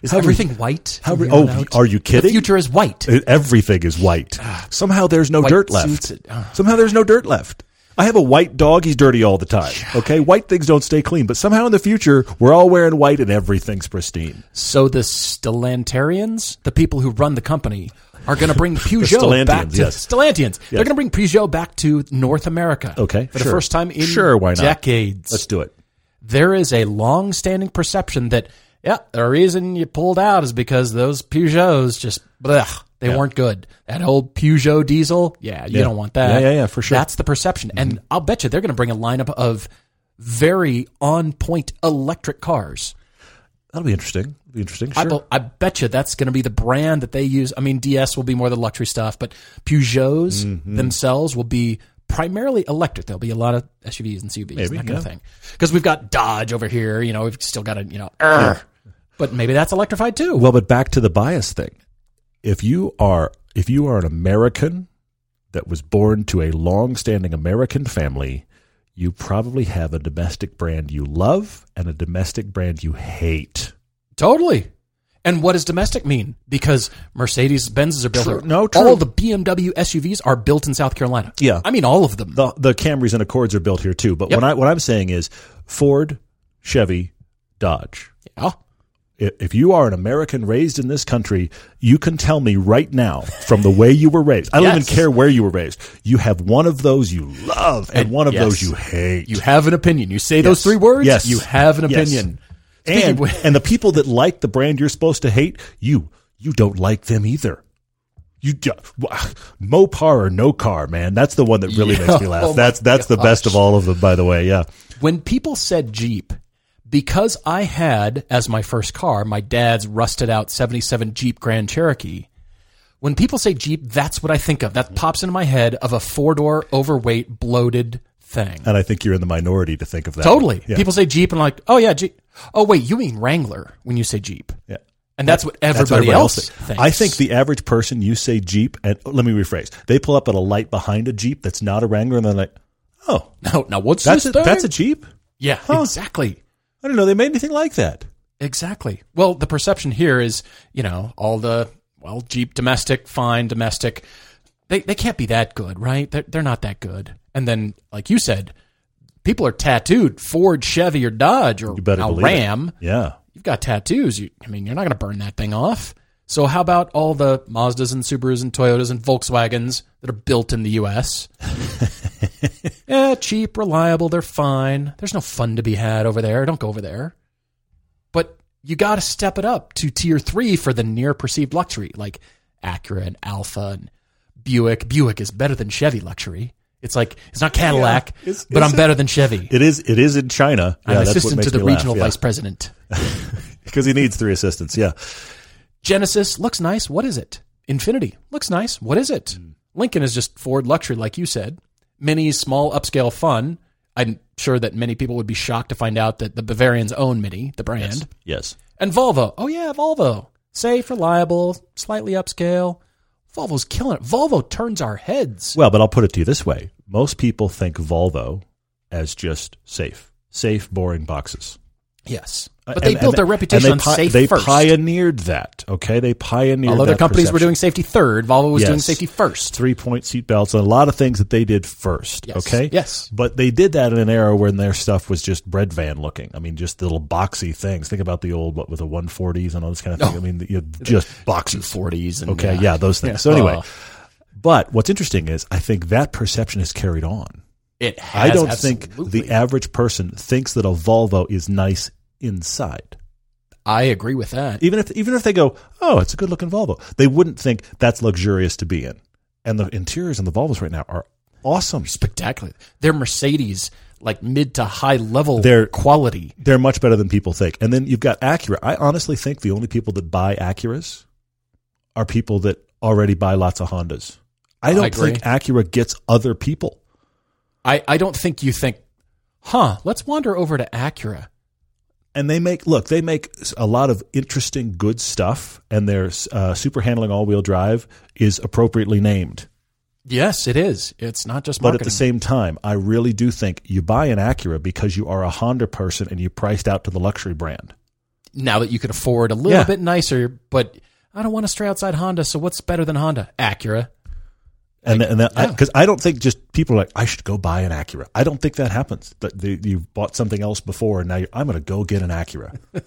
Speaker 3: *laughs* Is
Speaker 1: how
Speaker 3: everything white?
Speaker 1: How
Speaker 3: from
Speaker 1: re-
Speaker 3: here
Speaker 1: oh,
Speaker 3: on out?
Speaker 1: are you
Speaker 3: The
Speaker 1: kidding?
Speaker 3: future is white.
Speaker 1: Uh, Everything is white. Somehow there's no
Speaker 3: White
Speaker 1: dirt left.
Speaker 3: suits it- ah.
Speaker 1: Somehow there's no dirt left. I have a white dog. He's dirty all the time. Okay, white things don't stay clean, but somehow in the future we're all wearing white and everything's pristine.
Speaker 3: So the Stellantarians, the people who run the company, are going *laughs* to bring Peugeot
Speaker 1: Stellantians,
Speaker 3: back to
Speaker 1: yes.
Speaker 3: Stellantians. They're
Speaker 1: Yes.
Speaker 3: going to bring Peugeot back to North America.
Speaker 1: Okay,
Speaker 3: for the
Speaker 1: sure.
Speaker 3: first time in
Speaker 1: Sure, why not?
Speaker 3: decades.
Speaker 1: Let's do it.
Speaker 3: there is a long-standing perception that yeah, the reason you pulled out is because those Peugeots just blech, they weren't good. That old Peugeot diesel, yeah, you
Speaker 1: Yeah.
Speaker 3: don't want that.
Speaker 1: Yeah, yeah, yeah, for sure. Mm-hmm.
Speaker 3: That's the perception, and I'll bet you they're going to bring a lineup of very on-point electric cars.
Speaker 1: That'll be interesting. Be interesting.
Speaker 3: I
Speaker 1: Sure.
Speaker 3: be- I, bet you that's going to be the brand that they use. I mean, DS will be more the luxury stuff, but Peugeots
Speaker 1: Mm-hmm.
Speaker 3: themselves will be primarily electric. There'll be a lot of SUVs and CUVs, and
Speaker 1: Maybe,
Speaker 3: that kind of
Speaker 1: yeah.
Speaker 3: thing. Because we've got Dodge over here. You know, we've still got a you know, err. but maybe that's electrified too.
Speaker 1: Well, but back to the bias thing. If you are if you are an American that was born to a long-standing American family, you probably have a domestic brand you love and a domestic brand you hate.
Speaker 3: totally. And what does domestic mean? Because Mercedes Benzes are built
Speaker 1: True.
Speaker 3: here.
Speaker 1: No, true.
Speaker 3: All the BMW SUVs are built in South Carolina.
Speaker 1: Yeah.
Speaker 3: I mean all of them.
Speaker 1: The the Camrys and Accords are built here too, but
Speaker 3: Yep.
Speaker 1: when I what I'm saying is Ford, Chevy, Dodge.
Speaker 3: yeah.
Speaker 1: I- If you are an American raised in this country, you can tell me right now from the way you were raised. I don't
Speaker 3: Yes.
Speaker 1: even care where you were raised. You have one of those you love and,
Speaker 3: And
Speaker 1: one of
Speaker 3: yes.
Speaker 1: those you hate.
Speaker 3: You have an opinion. You say those three words,
Speaker 1: Yes.
Speaker 3: you have an
Speaker 1: Yes.
Speaker 3: opinion. Speaking
Speaker 1: and
Speaker 3: of which-
Speaker 1: and the people that like the brand you're supposed to hate, you you don't like them either. You ju- wah, Mopar or no car, man. That's the one that really
Speaker 3: Yeah.
Speaker 1: makes me
Speaker 3: *laughs* Oh my
Speaker 1: laugh. That's that's the best of all of them, by the way. Yeah,
Speaker 3: when people said Jeep, because I had as my first car my dad's rusted out 77 Jeep Grand Cherokee, when people say Jeep, that's what I think of. That pops into my head of a four door, overweight, bloated thing.
Speaker 1: and I think you're in the minority to think of that.
Speaker 3: Totally.
Speaker 1: Yeah.
Speaker 3: People say Jeep and I'm like, oh yeah, Jeep. Oh wait, you mean Wrangler when you say Jeep.
Speaker 1: Yeah.
Speaker 3: And that's what
Speaker 1: That's
Speaker 3: everybody,
Speaker 1: what everyone
Speaker 3: else
Speaker 1: thinks.
Speaker 3: thinks.
Speaker 1: I think the average person, you say Jeep, and oh, let me rephrase. They pull up at a light behind a Jeep that's not a Wrangler, and they're like, "Oh,
Speaker 3: no, now what's
Speaker 1: that's a,
Speaker 3: this thing?
Speaker 1: that's a Jeep."
Speaker 3: yeah,
Speaker 1: Huh.
Speaker 3: exactly.
Speaker 1: I don't know. They made anything like that.
Speaker 3: Exactly. Well, the perception here is, you know, all the well, Jeep domestic, fine domestic. They they can't be that good, right? They're they're not that good. And then, like you said, people are tattooed Ford, Chevy, or Dodge, or
Speaker 1: You better
Speaker 3: now
Speaker 1: believe it.
Speaker 3: Ram.
Speaker 1: Yeah,
Speaker 3: You've got tattoos. You, I mean, you're not going to burn that thing off. So how about all the Mazdas and Subarus and Toyotas and Volkswagens that are built in the U.S. *laughs* yeah, cheap, reliable. They're fine. There's no fun to be had over there. Don't go over there but you got to step it up to tier three for the near perceived luxury, like Acura and Alpha and Buick. Buick is better than Chevy luxury. It's like it's not Cadillac,
Speaker 1: it's-
Speaker 3: but
Speaker 1: it's
Speaker 3: I'm
Speaker 1: a-
Speaker 3: better than Chevy.
Speaker 1: it is. It is in China.
Speaker 3: I'm
Speaker 1: yeah, that's what
Speaker 3: assistant
Speaker 1: makes
Speaker 3: to the
Speaker 1: me laugh.
Speaker 3: regional
Speaker 1: Yeah.
Speaker 3: vice president.
Speaker 1: because he needs three assistants. Yeah,
Speaker 3: Genesis looks nice. What is it? Infinity looks nice. What is it?
Speaker 1: Hmm.
Speaker 3: Lincoln is just Ford luxury, like you said. Mini, small, upscale fun. I'm sure that many people would be shocked to find out that the Bavarians own Mini, the brand.
Speaker 1: yes.
Speaker 3: And Volvo. Oh yeah, Volvo. Safe, reliable, slightly upscale. Volvo's killing it. Volvo turns our heads.
Speaker 1: Well, but I'll put it to you this way: most people think Volvo as just safe, safe, boring boxes.
Speaker 3: Yes. But they built their
Speaker 1: and
Speaker 3: reputation on
Speaker 1: they pi-
Speaker 3: safe
Speaker 1: They
Speaker 3: first.
Speaker 1: pioneered that. Okay, they pioneered.
Speaker 3: Although their
Speaker 1: that
Speaker 3: companies were
Speaker 1: perception.
Speaker 3: doing safety third, Volvo was doing
Speaker 1: Yes.
Speaker 3: safety first.
Speaker 1: three-point seatbelts and a lot of things that they did first.
Speaker 3: Yes.
Speaker 1: Okay,
Speaker 3: Yes.
Speaker 1: but they did that in an era when their stuff was just bread van looking. I mean, just little boxy things. Think about the old what with the 140s and all this kind of thing. I mean, you know, just boxes.
Speaker 3: 40s and
Speaker 1: Okay,
Speaker 3: uh,
Speaker 1: yeah, those things.
Speaker 3: yeah.
Speaker 1: So anyway,
Speaker 3: Uh,
Speaker 1: but what's interesting is I think that perception is carried on.
Speaker 3: it
Speaker 1: I
Speaker 3: has
Speaker 1: don't think
Speaker 3: absolutely-
Speaker 1: the average person thinks that a Volvo is nice inside.
Speaker 3: I agree with that.
Speaker 1: Even if even if they go, "Oh, it's a good-looking Volvo." They wouldn't think that's luxurious to be in. And the interiors on the Volvos right now are awesome.
Speaker 3: Spectacular. Their Mercedes, like mid to high level
Speaker 1: They're-
Speaker 3: quality.
Speaker 1: They're much better than people think. And then you've got Acura. I honestly think the only people that buy Acuras are people that already buy lots of Hondas. I don't
Speaker 3: agree.
Speaker 1: think Acura gets other people.
Speaker 3: I, I don't think you think, huh, let's wander over to Acura.
Speaker 1: and they make look they make a lot of interesting good stuff and their uh, super handling all-wheel drive is appropriately named
Speaker 3: Yes, it is. It's not just
Speaker 1: But
Speaker 3: marketing.
Speaker 1: at the same time, I really do think you buy an Acura because you are a Honda person and you priced out to the luxury brand.
Speaker 3: now that you can afford a little
Speaker 1: Yeah.
Speaker 3: bit nicer, but I don't want to stray outside Honda. So what's better than Honda? Acura.
Speaker 1: And and that because I don't think just people are like I should go buy an Acura. I don't think that happens. That they, you bought something else before and now you're, I'm going to go get an Acura. *laughs*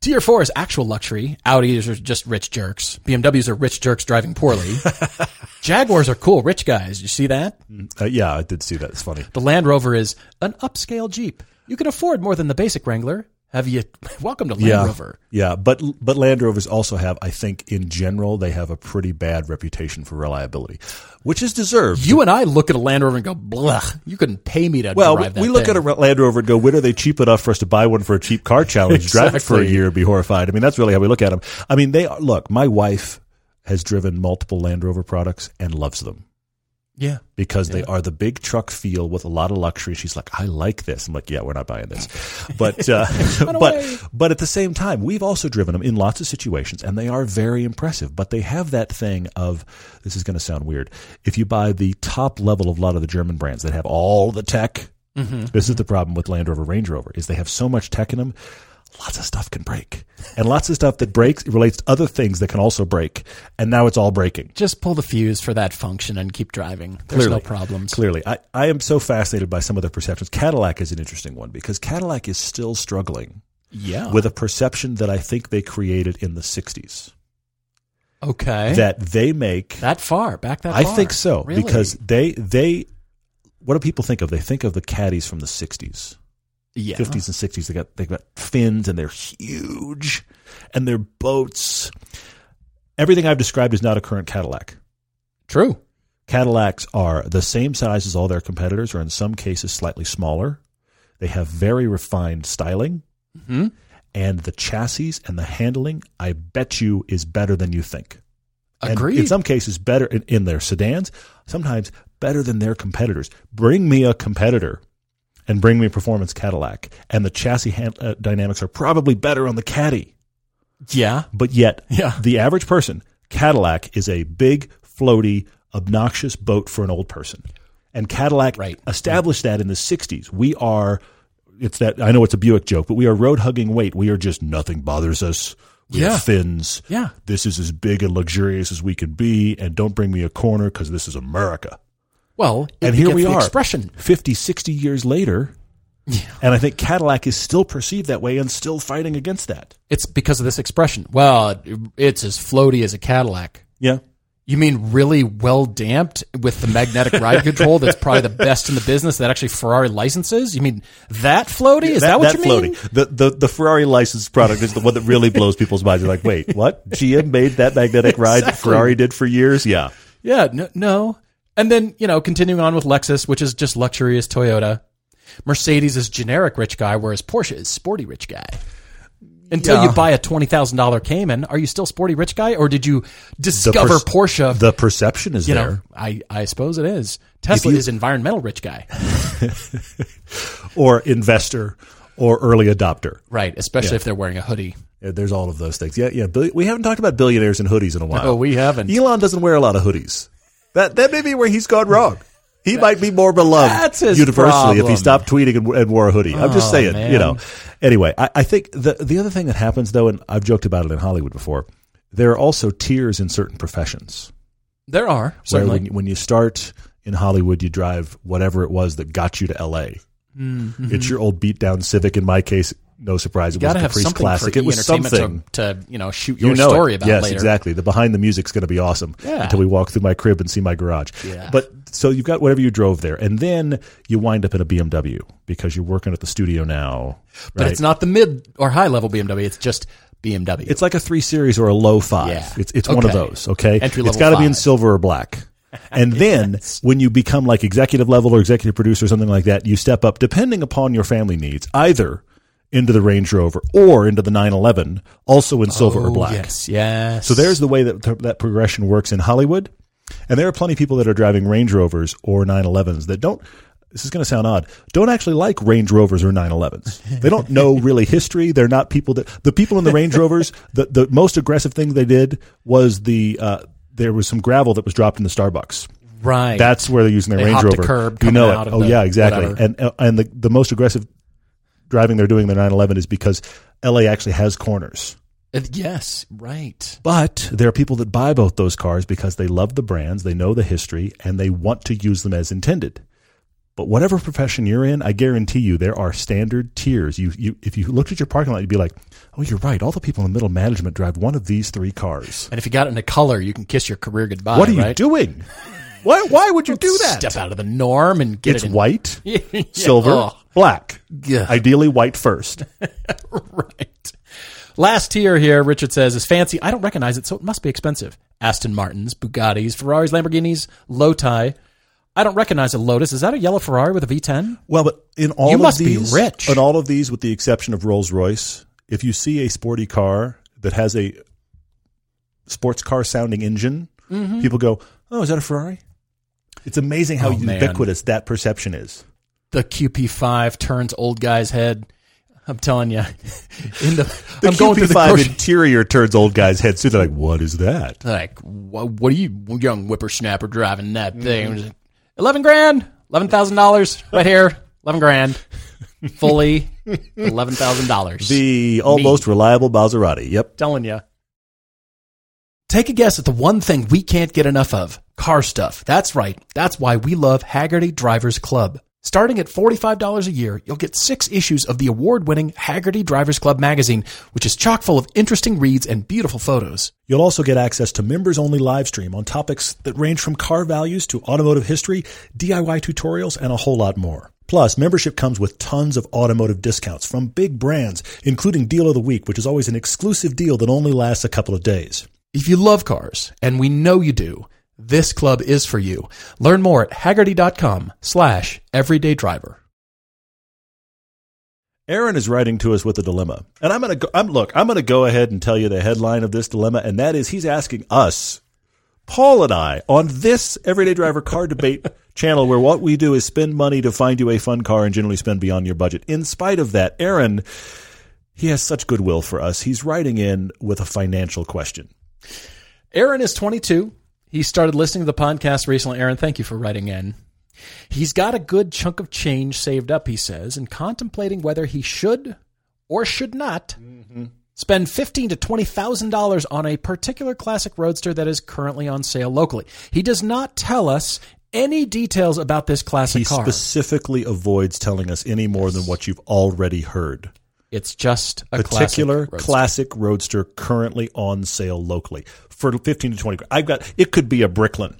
Speaker 3: Tier four is actual luxury. Audis are just rich jerks. BMWs are rich jerks driving poorly.
Speaker 1: *laughs*
Speaker 3: Jaguars are cool rich guys. You see that?
Speaker 1: Uh, yeah, I did see that. It's funny.
Speaker 3: The Land Rover is an upscale Jeep. You can afford more than the basic Wrangler. Have you? *laughs* Welcome to Land
Speaker 1: yeah,
Speaker 3: Rover.
Speaker 1: yeah, but but Land Rovers also have, I think, in general, they have a pretty bad reputation for reliability, which is deserved.
Speaker 3: You and I look at a Land Rover and go, blech, you couldn't pay me to
Speaker 1: Well,
Speaker 3: drive that
Speaker 1: we look
Speaker 3: thing."
Speaker 1: at a Land Rover and go, "When are they cheap enough for us to buy one for a cheap
Speaker 3: *laughs*
Speaker 1: car challenge? Drive it for a
Speaker 3: Exactly.
Speaker 1: year and be horrified." I mean, that's really how we look at them. I mean, they are, look. My wife has driven multiple Land Rover products and loves them
Speaker 3: Yeah.
Speaker 1: because they are the big truck feel with a lot of luxury. She's like, "I like this." I'm like, "Yeah, we're not buying this," but
Speaker 3: *laughs*
Speaker 1: uh,
Speaker 3: away.
Speaker 1: *laughs* but but at the same time, we've also driven them in lots of situations, and they are very impressive. But they have that thing of this is going to sound weird. If you buy the top level of a lot of the German brands that have all the tech, this is the problem with Land Rover, Range Rover, is they have so much tech in them. Lots of stuff can break, and lots of stuff that breaks relates to other things that can also break, and now it's all breaking.
Speaker 3: Just pull the fuse for that function and keep driving. There's no
Speaker 1: Clearly.
Speaker 3: problems.
Speaker 1: Clearly, I, I am so fascinated by some of the perceptions. Cadillac is an interesting one because Cadillac is still struggling
Speaker 3: Yeah.
Speaker 1: with a perception that I think they created in the 60s
Speaker 3: okay.
Speaker 1: that they make.
Speaker 3: Eh? That far back that
Speaker 1: I
Speaker 3: far.
Speaker 1: think so
Speaker 3: Really?
Speaker 1: because they they what do people think of? They think of the caddies from the 60s.
Speaker 3: yeah.
Speaker 1: 50s and 60s they got they got fins and they're huge and they're boats. Everything I've described is not a current Cadillac.
Speaker 3: True.
Speaker 1: Cadillacs are the same size as all their competitors, or in some cases slightly smaller. They have very refined styling,
Speaker 3: Mhm.
Speaker 1: and the chassis and the handling, I bet you, is better than you think. And
Speaker 3: Agreed.
Speaker 1: in some cases, better in, in their sedans, sometimes better than their competitors. Bring me a competitor and bring me a performance Cadillac, and the chassis hand, uh, dynamics are probably better on the Caddy.
Speaker 3: yeah.
Speaker 1: But yet,
Speaker 3: Yeah.
Speaker 1: the average person, Cadillac is a big, floaty, obnoxious boat for an old person. And Cadillac
Speaker 3: Right.
Speaker 1: established that in the 60s. We are, it's that, I know it's a Buick joke, but we are road hugging weight. We are just, nothing bothers us. We
Speaker 3: Yeah.
Speaker 1: have fins.
Speaker 3: Yeah.
Speaker 1: This is as big and luxurious as we can be. And don't bring me a corner because this is America.
Speaker 3: Well, it
Speaker 1: And here
Speaker 3: gets
Speaker 1: we
Speaker 3: the
Speaker 1: are.
Speaker 3: Expression.
Speaker 1: 50, 60 years later. And I think Cadillac is still perceived that way and still fighting against that.
Speaker 3: It's because of this expression. Well, it's as floaty as a Cadillac.
Speaker 1: Yeah.
Speaker 3: You mean really well damped with the magnetic
Speaker 1: *laughs*
Speaker 3: ride control that's probably the best in the business that actually Ferrari licenses? You mean that floaty? Is that, what you mean?
Speaker 1: floaty. The, the the Ferrari licensed product is the one that really blows people's minds. They're like, wait, what? GM made that magnetic ride that
Speaker 3: *laughs* Exactly.
Speaker 1: Ferrari did for years? Yeah.
Speaker 3: Yeah, no, no. And then, you know, continuing on with Lexus, which is just luxury as Toyota. Mercedes is generic rich guy, whereas Porsche is sporty rich guy. Until you
Speaker 1: Yeah.
Speaker 3: buy a $20,000 Cayman, are you still sporty rich guy or did you discover
Speaker 1: pers-
Speaker 3: Porsche?
Speaker 1: The perception is
Speaker 3: you
Speaker 1: there.
Speaker 3: know, I, I suppose it is. Tesla
Speaker 1: you-
Speaker 3: is environmental rich guy.
Speaker 1: Or investor or early adopter.
Speaker 3: Right, especially if they're wearing a hoodie.
Speaker 1: Yeah, There's all of those things. Yeah, yeah. Bill- we haven't talked about billionaires and hoodies in a while.
Speaker 3: No, Oh, we haven't.
Speaker 1: Elon doesn't wear a lot of hoodies. That that may be where he's gone wrong. He might be more beloved
Speaker 3: that's his
Speaker 1: universally if
Speaker 3: problem.
Speaker 1: he stopped tweeting and, and wore a hoodie. I'm just
Speaker 3: Oh,
Speaker 1: saying,
Speaker 3: man.
Speaker 1: you know. Anyway, I, I think the the other thing that happens though, and I've joked about it in Hollywood before, there are also tiers in certain professions.
Speaker 3: There are.
Speaker 1: Where
Speaker 3: Certainly.
Speaker 1: when, when you start in Hollywood, you drive whatever it was that got you to L.A. It's your old beatdown Civic. In my case, no surprise, it was
Speaker 3: Got
Speaker 1: the
Speaker 3: to Mm-hmm. have
Speaker 1: Priest
Speaker 3: something
Speaker 1: Classic.
Speaker 3: for
Speaker 1: it was
Speaker 3: e-entertainment
Speaker 1: something
Speaker 3: To, to, you know, shoot your
Speaker 1: it.
Speaker 3: story about
Speaker 1: yes,
Speaker 3: later.
Speaker 1: exactly. The behind the music's going to be awesome
Speaker 3: Yeah.
Speaker 1: until we walk through my crib and see my garage.
Speaker 3: Yeah.
Speaker 1: But so you've got whatever you drove there, and then you wind up in a BMW because you're working at the studio now.
Speaker 3: But
Speaker 1: right?
Speaker 3: it's not the mid or high level BMW. It's just BMW.
Speaker 1: It's like a three series or a low five.
Speaker 3: Yeah.
Speaker 1: It's it's one of
Speaker 3: Okay.
Speaker 1: those. Okay,
Speaker 3: Entry
Speaker 1: It's
Speaker 3: level
Speaker 1: got to be in
Speaker 3: five.
Speaker 1: silver or black.
Speaker 3: *laughs*
Speaker 1: And then when you become like executive level or executive producer or something like that, you step up depending upon your family needs either into the Range Rover or into the 911, also in silver or
Speaker 3: Oh,
Speaker 1: black.
Speaker 3: Yes, yes.
Speaker 1: So there's the way that that progression works in Hollywood. And there are plenty of people that are driving Range Rovers or 911s that don't. This is going to sound odd. Don't actually like Range Rovers or 911s. They don't
Speaker 3: *laughs*
Speaker 1: know really history. They're not people that the people in the Range Rovers. The the most aggressive thing they did was the uh, there was some gravel that was dropped in the Starbucks.
Speaker 3: Right.
Speaker 1: That's where they're using their
Speaker 3: They
Speaker 1: Range
Speaker 3: hopped a
Speaker 1: Rover.
Speaker 3: curb
Speaker 1: you
Speaker 3: coming
Speaker 1: know it.
Speaker 3: out of
Speaker 1: oh
Speaker 3: the
Speaker 1: yeah, exactly.
Speaker 3: whatever.
Speaker 1: And uh, and the the most aggressive driving they're doing in the 911 is because LA actually has corners.
Speaker 3: Uh, yes. Right.
Speaker 1: But there are people that buy both those cars because they love the brands, they know the history, and they want to use them as intended. But whatever profession you're in, I guarantee you there are standard tiers. You, you, if you looked at your parking lot, you'd be like, "Oh, you're right. All the people in middle management drive one of these three cars.
Speaker 3: And if you got it in a color, you can kiss your career goodbye.
Speaker 1: what are you
Speaker 3: right?
Speaker 1: doing? Why, why would you do that?
Speaker 3: Step out of the norm and get
Speaker 1: it's
Speaker 3: it *laughs* in
Speaker 1: white, silver,
Speaker 3: Oh.
Speaker 1: black.
Speaker 3: Yeah.
Speaker 1: Ideally, white first.
Speaker 3: right. Last tier here, Richard says, is fancy. I don't recognize it, so it must be expensive. Aston Martins, Bugattis, Ferraris, Lamborghinis, low tie. I don't recognize a Lotus. Is that a yellow Ferrari with a V10?
Speaker 1: Well, but in all
Speaker 3: You
Speaker 1: of
Speaker 3: must be
Speaker 1: these,
Speaker 3: rich.
Speaker 1: In all of these, with the exception of Rolls Royce, if you see a sporty car that has a sports car sounding engine, people go, "Oh, is that a Ferrari?" It's amazing how
Speaker 3: Oh, man.
Speaker 1: ubiquitous that perception is.
Speaker 3: The QP5 turns old guy's head. I'm telling you, *laughs* in the,
Speaker 1: The
Speaker 3: I'm going through the
Speaker 1: QP5
Speaker 3: grocery.
Speaker 1: interior turns old guys' heads too. They're like, "What is that?"
Speaker 3: like, what, what are you, young whippersnapper, driving that thing? I'm just like, Eleven grand, eleven thousand dollars, right here, eleven grand, fully eleven thousand dollars.
Speaker 1: The almost reliable Maserati. Yep.
Speaker 3: telling you. Take a guess at the one thing we can't get enough of car stuff. That's right. That's why we love Haggerty Drivers Club. Starting at $45 a year, you'll get six issues of the award winning Haggerty Drivers Club magazine, which is chock full of interesting reads and beautiful photos.
Speaker 1: You'll also get access to members only live stream on topics that range from car values to automotive history, DIY tutorials, and a whole lot more. Plus, membership comes with tons of automotive discounts from big brands, including Deal of the Week, which is always an exclusive deal that only lasts a couple of days.
Speaker 3: If you love cars, and we know you do, this club is for you. Learn more at haggerty.com slash everyday driver.
Speaker 1: Aaron is writing to us with a dilemma. And I'm going to go, I'm, look, I'm going to go ahead and tell you the headline of this dilemma, and that is he's asking us, Paul and I, on this Everyday Driver Car Debate channel, where what we do is spend money to find you a fun car and generally spend beyond your budget. In spite of that, Aaron, he has such goodwill for us. He's writing in with a financial question.
Speaker 3: Aaron is 22. He started listening to the podcast recently. Aaron, thank you for writing in. He's got a good chunk of change saved up, he says, and contemplating whether he should or should not spend fifteen to twenty thousand dollars on a particular classic roadster that is currently on sale locally. He does not tell us any details about this classic
Speaker 1: He
Speaker 3: car.
Speaker 1: specifically avoids telling us any more than what you've already heard.
Speaker 3: it's just a
Speaker 1: particular
Speaker 3: classic roadster.
Speaker 1: classic roadster currently on sale locally for 15 to 20 grand. I've got it could be a Bricklin.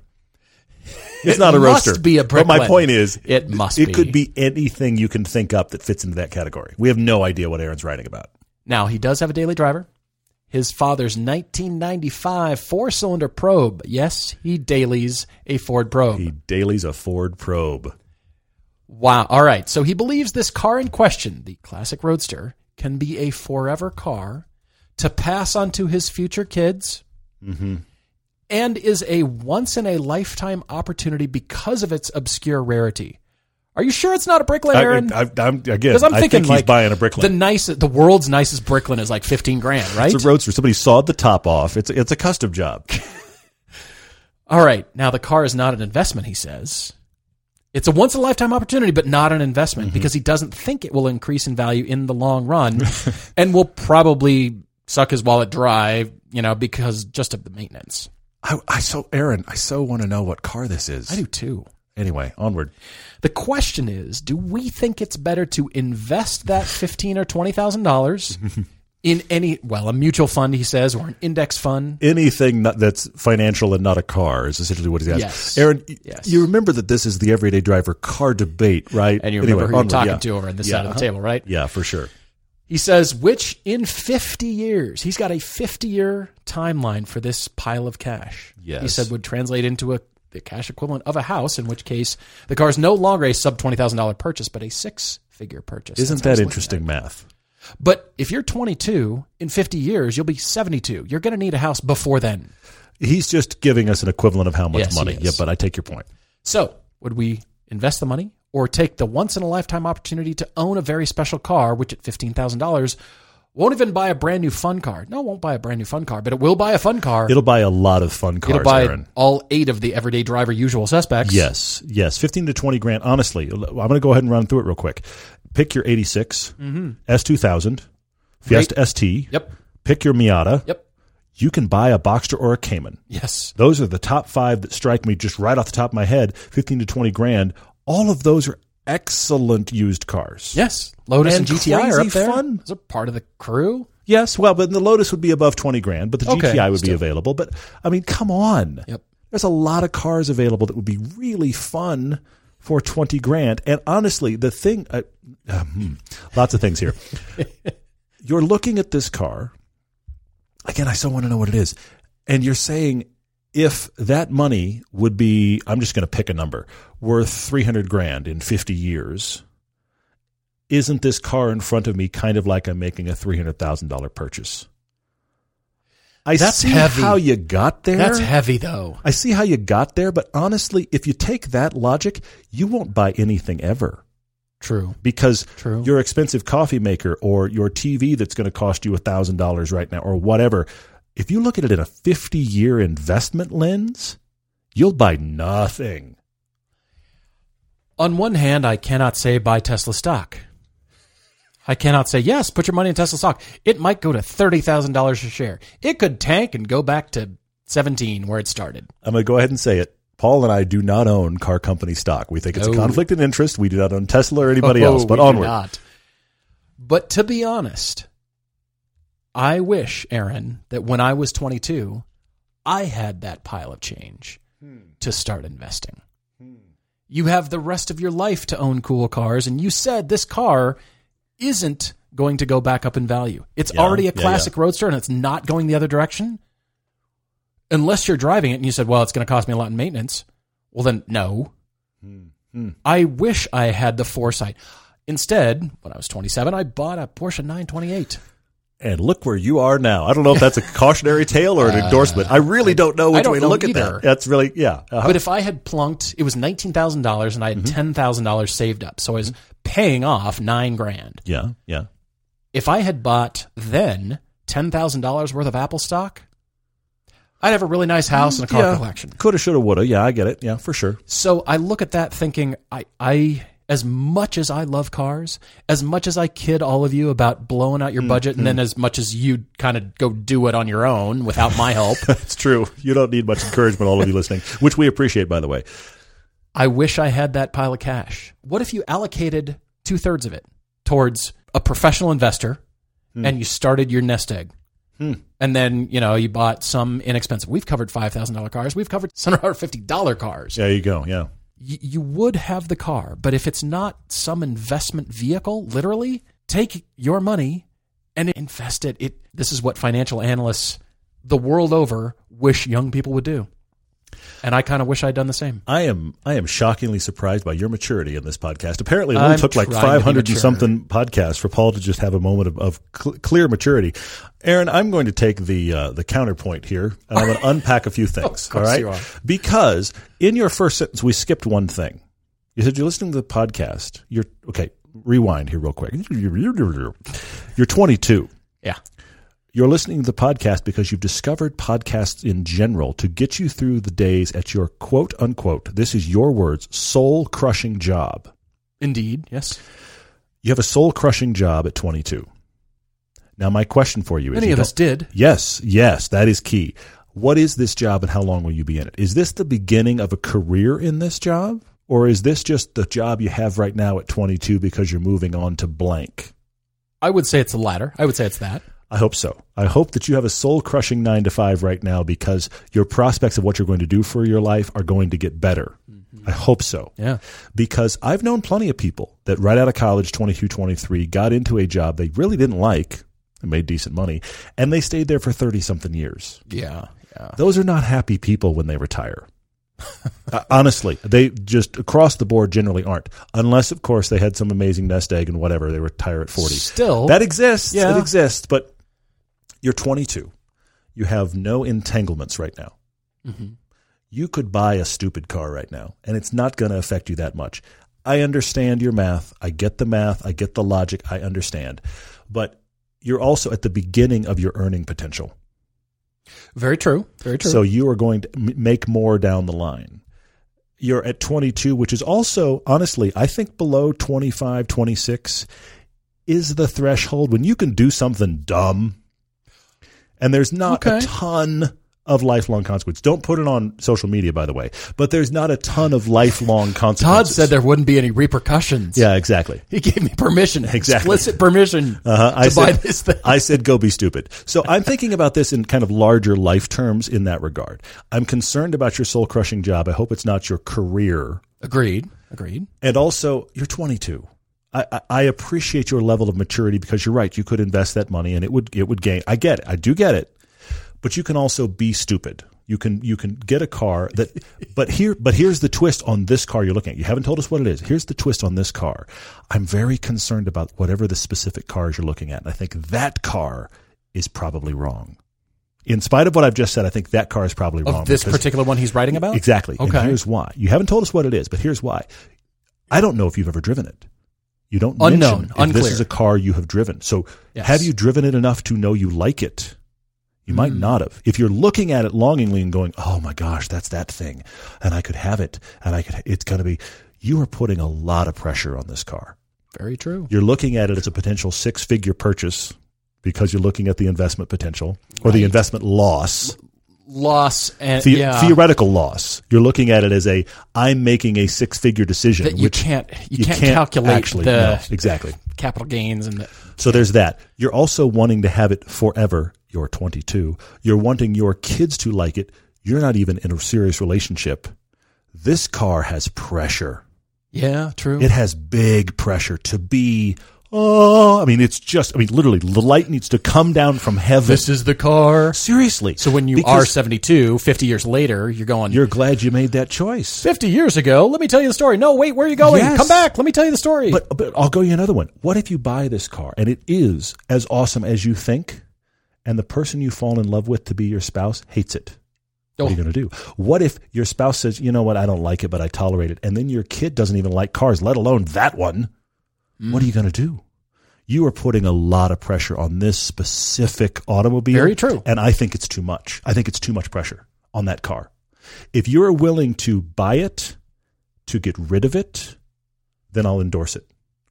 Speaker 1: It's not a
Speaker 3: must
Speaker 1: roadster.
Speaker 3: be a
Speaker 1: But my
Speaker 3: Bricklin.
Speaker 1: point is
Speaker 3: It must
Speaker 1: it
Speaker 3: be.
Speaker 1: could be anything you can think up that fits into that category. We have no idea what Aaron's writing about.
Speaker 3: Now, he does have a daily driver. His father's 1995 four cylinder probe. Yes, he dailies a Ford probe.
Speaker 1: He dailies a Ford Probe.
Speaker 3: wow. All right. So he believes this car in question, the classic roadster, can be a forever car to pass on to his future kids
Speaker 1: Mm-hmm.
Speaker 3: and is a once in a lifetime opportunity because of its obscure rarity. Are you sure it's not a Bricklin, Aaron?
Speaker 1: I, I, I'm, again,
Speaker 3: Because I'm
Speaker 1: I
Speaker 3: thinking
Speaker 1: think
Speaker 3: like
Speaker 1: he's buying a
Speaker 3: The
Speaker 1: Bricklin.
Speaker 3: nice, the world's nicest Bricklin is like fifteen grand, right?
Speaker 1: it's a roadster. Somebody sawed the top off. It's it's a custom job.
Speaker 3: All right. Now, the car is not an investment, he says. It's a once in a lifetime opportunity, but not an investment because he doesn't think it will increase in value in the long run and will probably suck his wallet dry, you know, because just of the maintenance.
Speaker 1: I, I so Aaron, I so want to know what car this is.
Speaker 3: I do too.
Speaker 1: Anyway, onward.
Speaker 3: The question is do we think it's better to invest that fifteen or $20,000 in any, well, a mutual fund, he says, or an index fund?
Speaker 1: anything not, that's financial and not a car is essentially what he's asking.
Speaker 3: Yes.
Speaker 1: Aaron, y-
Speaker 3: Yes.
Speaker 1: you remember that this is the everyday driver car debate, right?
Speaker 3: And you remember
Speaker 1: Anyway,
Speaker 3: who you're
Speaker 1: onward,
Speaker 3: talking
Speaker 1: yeah.
Speaker 3: to over on this
Speaker 1: Yeah,
Speaker 3: side of the
Speaker 1: uh-huh.
Speaker 3: table, right?
Speaker 1: Yeah, for sure.
Speaker 3: He says, which in 50 years, he's got a 50 year timeline for this pile of cash.
Speaker 1: Yes.
Speaker 3: He said would translate into a the cash equivalent of a house, in which case the car is no longer a sub $20,000 purchase, but a six figure purchase.
Speaker 1: Isn't
Speaker 3: That's what I was
Speaker 1: that
Speaker 3: looking
Speaker 1: interesting math?
Speaker 3: at. But if you're 22, in 50 years, you'll be 72. You're going to need a house before then.
Speaker 1: He's just giving us an equivalent of how much
Speaker 3: Yes, he
Speaker 1: money.
Speaker 3: is.
Speaker 1: Yeah, but I take your point.
Speaker 3: So, would we invest the money or take the once in a lifetime opportunity to own a very special car, which at $15,000 Won't even buy a brand new fun car. No, it won't buy a brand new fun car, but it will buy a fun car.
Speaker 1: It'll buy a lot of fun cars,
Speaker 3: It'll buy
Speaker 1: Aaron.
Speaker 3: all eight of the everyday driver usual suspects.
Speaker 1: Yes, yes, fifteen to twenty grand. Honestly, I'm going to go ahead and run through it real quick. Pick your '86 S2000 Fiesta ST.
Speaker 3: Mm-hmm. Yep.
Speaker 1: Pick your Miata.
Speaker 3: Yep.
Speaker 1: You can buy a Boxster or a Cayman.
Speaker 3: Yes.
Speaker 1: Those are the top five that strike me just right off the top of my head. Fifteen to twenty grand. All of those are excellent used cars.
Speaker 3: Yes. Lotus and,
Speaker 1: And
Speaker 3: GTI are
Speaker 1: crazy
Speaker 3: up there.
Speaker 1: fun.
Speaker 3: Is it part of the crew?
Speaker 1: Yes, well, but the Lotus would be above 20 grand, but the
Speaker 3: Okay,
Speaker 1: GTI would be
Speaker 3: still.
Speaker 1: available. But I mean, come on.
Speaker 3: Yep.
Speaker 1: There's a lot of cars available that would be really fun for 20 grand. And honestly, the thing uh, uh, hmm, lots of things here.
Speaker 3: *laughs*
Speaker 1: you're looking at this car. Again, I still want to know what it is. And you're saying if that money would be, I'm just going to pick a number, worth 300 grand in 50 years, isn't this car in front of me kind of like I'm making a $300,000 purchase? I
Speaker 3: That's
Speaker 1: see
Speaker 3: heavy.
Speaker 1: how you got there.
Speaker 3: That's heavy though.
Speaker 1: I see how you got there, but honestly, if you take that logic, you won't buy anything ever
Speaker 3: True.
Speaker 1: because
Speaker 3: True.
Speaker 1: your expensive coffee maker or your TV that's going to cost you $1,000 right now or whatever, if you look at it in a 50 year investment lens, you'll buy nothing.
Speaker 3: On one hand, I cannot say buy Tesla stock. I cannot say yes, put your money in Tesla stock. It might go to $30,000 a share. It could tank and go back to 17 where it started.
Speaker 1: I'm going to go ahead and say it. Paul and I do not own car company stock. We think it's a
Speaker 3: No.
Speaker 1: conflict of interest. We do not own Tesla or anybody
Speaker 3: Oh,
Speaker 1: else, but
Speaker 3: we do
Speaker 1: onward.
Speaker 3: not. But to be honest, I wish, Aaron, that when I was 22, I had that pile of change to start investing. You have the rest of your life to own cool cars, and you said this car isn't going to go back up in value. It's
Speaker 1: Yeah,
Speaker 3: already
Speaker 1: yeah,
Speaker 3: a classic roadster and it's not going the other direction. Unless you're driving it and you said, well, it's going to cost me a lot in maintenance. Well, then, no. I wish I had the foresight. Instead, when I was 27, I bought a Porsche 928.
Speaker 1: And look where you are now. I don't know if *laughs* that's a cautionary tale or an endorsement. Uh, I really don't know
Speaker 3: I
Speaker 1: which
Speaker 3: don't
Speaker 1: way to
Speaker 3: know
Speaker 1: look at
Speaker 3: either.
Speaker 1: that. That's really, yeah. Uh-huh.
Speaker 3: But if I had plunked, it was $19,000 and I had $10,000 saved up. So I was paying off nine grand.
Speaker 1: yeah, yeah.
Speaker 3: If I had bought then $10,000 worth of Apple stock, I'd have a really nice house and a car
Speaker 1: Mm, yeah.
Speaker 3: collection.
Speaker 1: Coulda, shoulda, woulda. Yeah, I get it. Yeah, for sure.
Speaker 3: So I look at that thinking, I, I, as much as I love cars, as much as I kid all of you about blowing out your budget, and then as much as you kind of go do it on your own without my help,
Speaker 1: It's true. You don't need much encouragement, all of you listening, which we appreciate, by the way.
Speaker 3: I wish I had that pile of cash. What if you allocated two thirds of it towards a professional investor and you started your nest egg? And then, you know, you bought some inexpensive. We've covered $5,000 cars. We've covered $750 cars.
Speaker 1: There you go. Yeah.
Speaker 3: y- you would have the car, but if it's not some investment vehicle, literally, take your money and invest it. it this is what financial analysts the world over wish young people would do. And I kind of wish I'd done the same.
Speaker 1: I am I am shockingly surprised by your maturity in this podcast. Apparently, it only
Speaker 3: I'm
Speaker 1: took like
Speaker 3: trying to be
Speaker 1: 500 and
Speaker 3: mature.
Speaker 1: something podcasts for Paul to just have a moment of, of cl- clear maturity. Aaron, I'm going to take the uh, the counterpoint here, and I'm
Speaker 3: *laughs*
Speaker 1: going to unpack a few things.
Speaker 3: Of course
Speaker 1: all right,
Speaker 3: you are.
Speaker 1: because in your first sentence, we skipped one thing. You said you're listening to the podcast. You're okay. Rewind here, real quick. *laughs* You're 22.
Speaker 3: Yeah.
Speaker 1: You're listening to the podcast because you've discovered podcasts in general to get you through the days at your quote unquote, this is your words, soul crushing job.
Speaker 3: Indeed. Yes.
Speaker 1: You have a soul crushing job at 22. Now, my question for you is
Speaker 3: Many
Speaker 1: you
Speaker 3: of us
Speaker 1: don't-
Speaker 3: did.
Speaker 1: Yes, yes, that is key. What is this job and how long will you be in it? Is this the beginning of a career in this job? Or is this just the job you have right now at 22 because you're moving on to blank?
Speaker 3: I would say it's the latter. I would say it's that.
Speaker 1: I hope so. I hope that you have a soul crushing nine to five right now because your prospects of what you're going to do for your life are going to get better.
Speaker 3: Mm-hmm.
Speaker 1: I hope so.
Speaker 3: Yeah.
Speaker 1: Because I've known plenty of people that right out of college, 22, 23, got into a job they really didn't like and made decent money, and they stayed there for 30 something years.
Speaker 3: Yeah. Yeah.
Speaker 1: Those are not happy people when they retire. *laughs* Uh, Honestly, they just across the board generally aren't, unless of course they had some amazing nest egg and whatever. They retire at forty.
Speaker 3: Still.
Speaker 1: that exists.
Speaker 3: Yeah.
Speaker 1: It exists, but you're 22. You have no entanglements right now.
Speaker 3: Mm-hmm.
Speaker 1: You could buy a stupid car right now, and it's not going to affect you that much. I understand your math. I get the math. I get the logic. I understand, but you're also at the beginning of your earning potential.
Speaker 3: Very true. Very true.
Speaker 1: So you are going to m- make more down the line. You're at 22, which is also, honestly, I think below 25, 26 is the threshold when you can do something dumb and there's not a
Speaker 3: Okay.
Speaker 1: ton of lifelong consequence. Don't put it on social media, by the way, but there's not a ton of lifelong
Speaker 3: Todd
Speaker 1: consequences.
Speaker 3: said there wouldn't be any repercussions.
Speaker 1: Yeah, exactly.
Speaker 3: He *laughs* gave me permission, Uh,
Speaker 1: Exactly.
Speaker 3: explicit permission
Speaker 1: Uh-huh.
Speaker 3: to
Speaker 1: I
Speaker 3: buy
Speaker 1: said,
Speaker 3: this thing.
Speaker 1: I said, go be stupid. So I'm thinking about this in kind of larger life terms in that regard. I'm concerned about your soul crushing job. I hope it's not your career.
Speaker 3: Agreed. Agreed.
Speaker 1: And also, you're 22. I, I- I appreciate your level of maturity because you're right. You could invest that money and it would it would gain. I get it. I do get it. But you can also be stupid. You can you can get a car that. but here but here's the twist on this car you're looking at. You haven't told us what it is. Here's the twist on this car. I'm very concerned about whatever the specific cars you're looking at. And I think that car is probably wrong. In spite of what I've just said, I think that car is probably wrong.
Speaker 3: Of this
Speaker 1: because-
Speaker 3: particular one he's writing *laughs* about?
Speaker 1: Exactly.
Speaker 3: Oh, Okay.
Speaker 1: And here's why. You haven't told us what it is, but here's why. I don't know if you've ever driven it. You don't
Speaker 3: Unknown,
Speaker 1: mention if this
Speaker 3: unclear.
Speaker 1: is a car you have driven. So
Speaker 3: Yes.
Speaker 1: have you driven it enough to know you like it? You might
Speaker 3: Mm.
Speaker 1: not have. If you're looking at it longingly and going, "Oh my gosh, that's that thing," and I could have it, and I could, it's going to be. You are putting a lot of pressure on this car.
Speaker 3: Very true.
Speaker 1: You're looking at it as a potential six-figure purchase because you're looking at the investment potential or the investment loss
Speaker 3: Loss and
Speaker 1: the-
Speaker 3: yeah,
Speaker 1: theoretical loss. You're looking at it as a I'm making a six figure decision,
Speaker 3: that you
Speaker 1: which
Speaker 3: can't you, can't, calculate
Speaker 1: actually.
Speaker 3: the
Speaker 1: no, exactly.
Speaker 3: capital gains and the,
Speaker 1: So there's that. You're also wanting to have it forever. You're 22. You're wanting your kids to like it. You're not even in a serious relationship. This car has pressure.
Speaker 3: yeah, true.
Speaker 1: It has big pressure to be. Oh, I mean, it's just. I mean, literally, the light needs to come down from heaven.
Speaker 3: this is the car.
Speaker 1: Seriously.
Speaker 3: So when you
Speaker 1: Because
Speaker 3: are 72, 50 years later, you're going
Speaker 1: you're glad you made that choice.
Speaker 3: 50 years ago. Let me tell you the story. No, wait, where are you going?
Speaker 1: Yes.
Speaker 3: Come back. Let me tell you the story.
Speaker 1: But, but I'll go you another one. What if you buy this car and it is as awesome as you think, and the person you fall in love with to be your spouse hates it? What are you
Speaker 3: Oh.
Speaker 1: going to do? What if your spouse says, you know what, I don't like it, but I tolerate it, and then your kid doesn't even like cars, let alone that one?
Speaker 3: Mm.
Speaker 1: What are you going to do? You are putting a lot of pressure on this specific automobile.
Speaker 3: Very true.
Speaker 1: And I think it's too much. I think it's too much pressure on that car. If you're willing to buy it, to get rid of it, then I'll endorse it.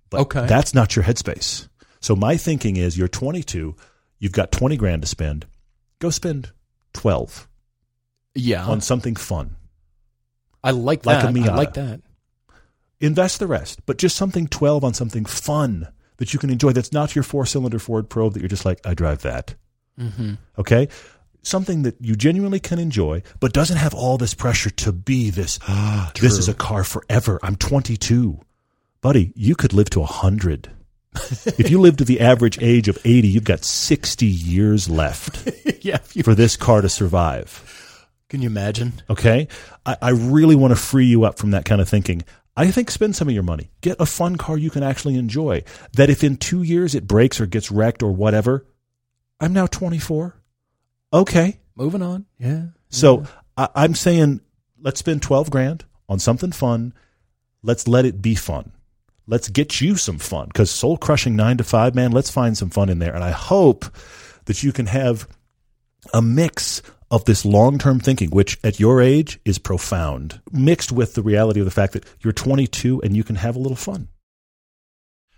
Speaker 1: But
Speaker 3: Okay.
Speaker 1: that's not your headspace. So my thinking is you're 22, you've got 20 grand to spend. Go spend 12
Speaker 3: yeah,
Speaker 1: on something fun.
Speaker 3: I like
Speaker 1: like
Speaker 3: that.
Speaker 1: a Miata.
Speaker 3: I like that.
Speaker 1: Invest the rest, but just something 12 on something fun that you can enjoy that's not your four-cylinder Ford Probe that you're just like I drive that. Okay? Something that you genuinely can enjoy, but doesn't have all this pressure to be this. *gasps* this is a car forever. I'm 22, buddy. You could live to 100. if you live to the average age of 80, you've got 60 years left
Speaker 3: *laughs* yeah, you-
Speaker 1: for this car to survive.
Speaker 3: can you imagine?
Speaker 1: Okay. I, I really want to free you up from that kind of thinking. I think spend some of your money. Get a fun car you can actually enjoy. That if in two years it breaks or gets wrecked or whatever, I'm now 24. Okay.
Speaker 3: Moving on. Yeah.
Speaker 1: So I, I'm saying let's spend 12 grand on something fun. Let's let it be fun. Let's get you some fun because soul crushing nine to five, man, let's find some fun in there. And I hope that you can have a mix of this long term thinking, which at your age is profound, mixed with the reality of the fact that you're 22 and you can have a little fun.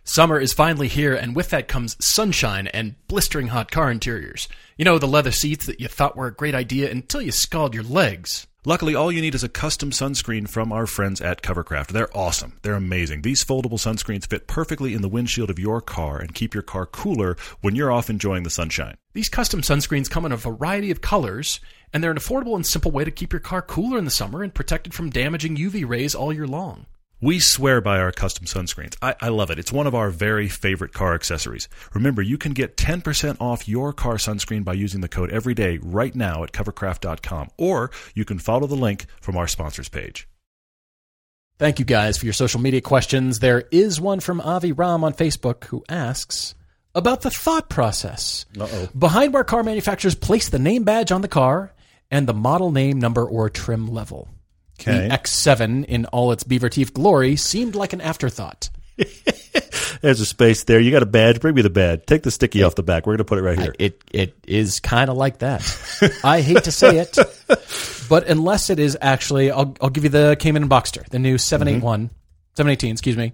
Speaker 2: Summer is finally here, and with that comes sunshine and blistering hot car interiors. You know, the leather seats that you thought were a great idea until you scald your legs.
Speaker 4: Luckily, all you need is a custom sunscreen from our friends at Covercraft. They're awesome. They're amazing. These foldable sunscreens fit perfectly in the windshield of your car and keep your car cooler when you're off enjoying the sunshine.
Speaker 2: These custom sunscreens come in a variety of colors, and they're an affordable and simple way to keep your car cooler in the summer and protected from damaging UV rays all year long.
Speaker 4: We swear by our custom sunscreens. I, I love it. It's one of our very favorite car accessories. Remember, you can get 10% off your car sunscreen by using the code EVERYDAY right now at covercraft.com, or you can follow the link from our sponsors page.
Speaker 3: Thank you guys for your social media questions. There is one from Avi Ram on Facebook who asks about the thought process behind where car manufacturers place the name badge on the car and the model name number or trim level. The X7 in all its beaver teeth glory seemed like an afterthought.
Speaker 1: There's a space there. You got a badge. Bring me the badge. Take the sticky off the back. We're going to put it right here.
Speaker 3: It it is kind of like that. I hate to
Speaker 1: *laughs*
Speaker 3: say it, but unless it is actually, I'll I'll give you the Cayman and Boxster, the new 781,
Speaker 1: Mm-hmm.
Speaker 3: 718, excuse me,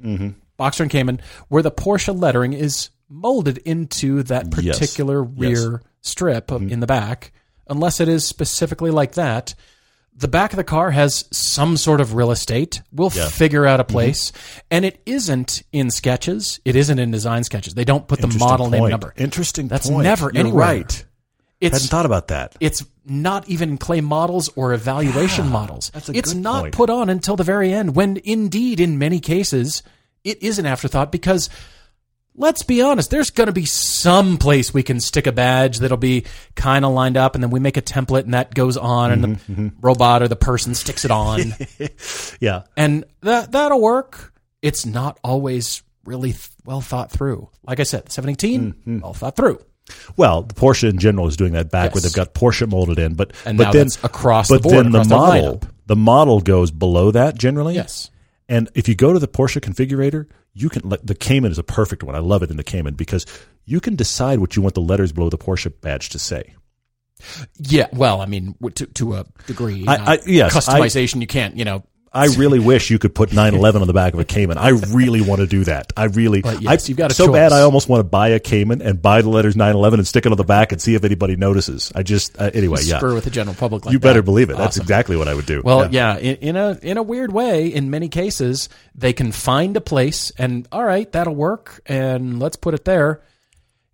Speaker 3: Boxster and Cayman, where the Porsche lettering is molded into that
Speaker 1: Yes. Mm-hmm.
Speaker 3: particular rear strip of, in the back. Unless it is specifically like that, the back of the car has some sort of real estate. We'll figure out a
Speaker 1: Mm-hmm.
Speaker 3: place, and it isn't in sketches. It isn't in design sketches. They don't put the
Speaker 1: Interesting
Speaker 3: model name
Speaker 1: point.
Speaker 3: number.
Speaker 1: Interesting.
Speaker 3: That's
Speaker 1: point.
Speaker 3: never
Speaker 1: You're
Speaker 3: anywhere.
Speaker 1: Right. Hadn't
Speaker 3: It's
Speaker 1: thought about that.
Speaker 3: it's not even in clay models or evaluation models.
Speaker 1: that's a
Speaker 3: it's
Speaker 1: good
Speaker 3: not
Speaker 1: point.
Speaker 3: put on until the very end when indeed in many cases it is an afterthought because let's be honest there's going to be some place we can stick a badge that'll be kind of lined up and then we make a template and that goes on and
Speaker 1: Mm-hmm,
Speaker 3: the robot or the person sticks
Speaker 1: *laughs*
Speaker 3: it on
Speaker 1: Yeah.
Speaker 3: and that that'll work. It's not always really th- well thought through. Like I said, 718
Speaker 1: Mm-hmm.
Speaker 3: well thought through.
Speaker 1: Well, the Porsche in general is doing that back where
Speaker 3: Yes.
Speaker 1: they've got Porsche molded in, but
Speaker 3: And
Speaker 1: but
Speaker 3: now
Speaker 1: then
Speaker 3: that's across the
Speaker 1: but
Speaker 3: board,
Speaker 1: then
Speaker 3: across
Speaker 1: the
Speaker 3: the
Speaker 1: model
Speaker 3: lineup.
Speaker 1: the model goes below that generally.
Speaker 3: Yes.
Speaker 1: And if you go to the Porsche configurator, you can let the Cayman is a perfect one. I love it in the Cayman because you can decide what you want the letters below the Porsche badge to say.
Speaker 3: Yeah, well, I mean, w- to to a degree.
Speaker 1: I-
Speaker 3: not
Speaker 1: I- yes, I-
Speaker 3: customization. you can't, you know.
Speaker 1: I really wish you could put 911 on the back of a Cayman. I really want to do that. I really,
Speaker 3: But yes,
Speaker 1: I,
Speaker 3: you've got a
Speaker 1: so bad.
Speaker 3: choice.
Speaker 1: I almost want to buy a Cayman and buy the letters 911 and stick it on the back and see if anybody notices. I just uh, anyway, yeah.
Speaker 3: Spur with the general public. Like
Speaker 1: you
Speaker 3: that.
Speaker 1: better believe it. That's
Speaker 3: Awesome.
Speaker 1: exactly what I would do.
Speaker 3: Well, yeah, in, in a in a weird way, in many cases, they can find a place and all right, that'll work, and let's put it there.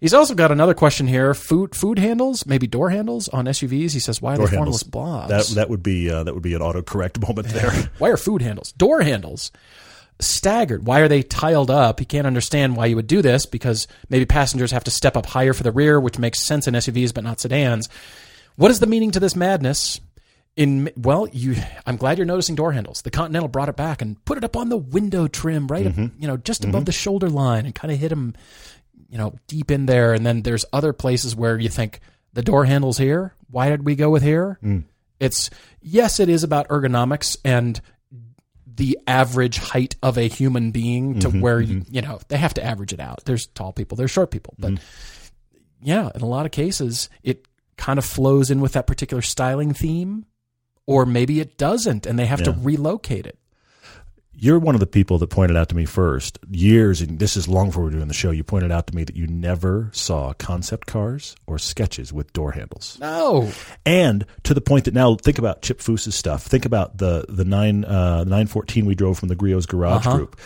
Speaker 3: He's also got another question here: food food handles, maybe door handles on SUVs. He says, "Why are
Speaker 1: Door
Speaker 3: they
Speaker 1: handles.
Speaker 3: formless blobs?"
Speaker 1: That that would be uh, that would be an autocorrect *laughs* moment there.
Speaker 3: Why are food handles, door handles staggered? Why are they tiled up? He can't understand why you would do this because maybe passengers have to step up higher for the rear, which makes sense in SUVs but not sedans. What is the meaning to this madness? In well, you I'm glad you're noticing door handles. The Continental brought it back and put it up on the window trim, right? up- You know, just above the shoulder line and kind of hit them, you know, deep in there. And then there's other places where you think the door handles here. Why did we go with here? It's yes, it is about ergonomics and the average height of a human being to
Speaker 1: Mm-hmm,
Speaker 3: where you, you know they have to average it out. There's tall people, there's short people, but
Speaker 1: Mm-hmm.
Speaker 3: yeah, in a lot of cases it kind of flows in with that particular styling theme, or maybe it doesn't, and they have to
Speaker 1: Yeah.
Speaker 3: relocate it.
Speaker 1: You're one of the people that pointed out to me first years, and this is long before we were doing the show. You pointed out to me that you never saw concept cars or sketches with door handles.
Speaker 3: No,
Speaker 1: and to the point that now think about Chip Foose's stuff. Think about the the nine uh, nine fourteen we drove from the Griot's Garage Group.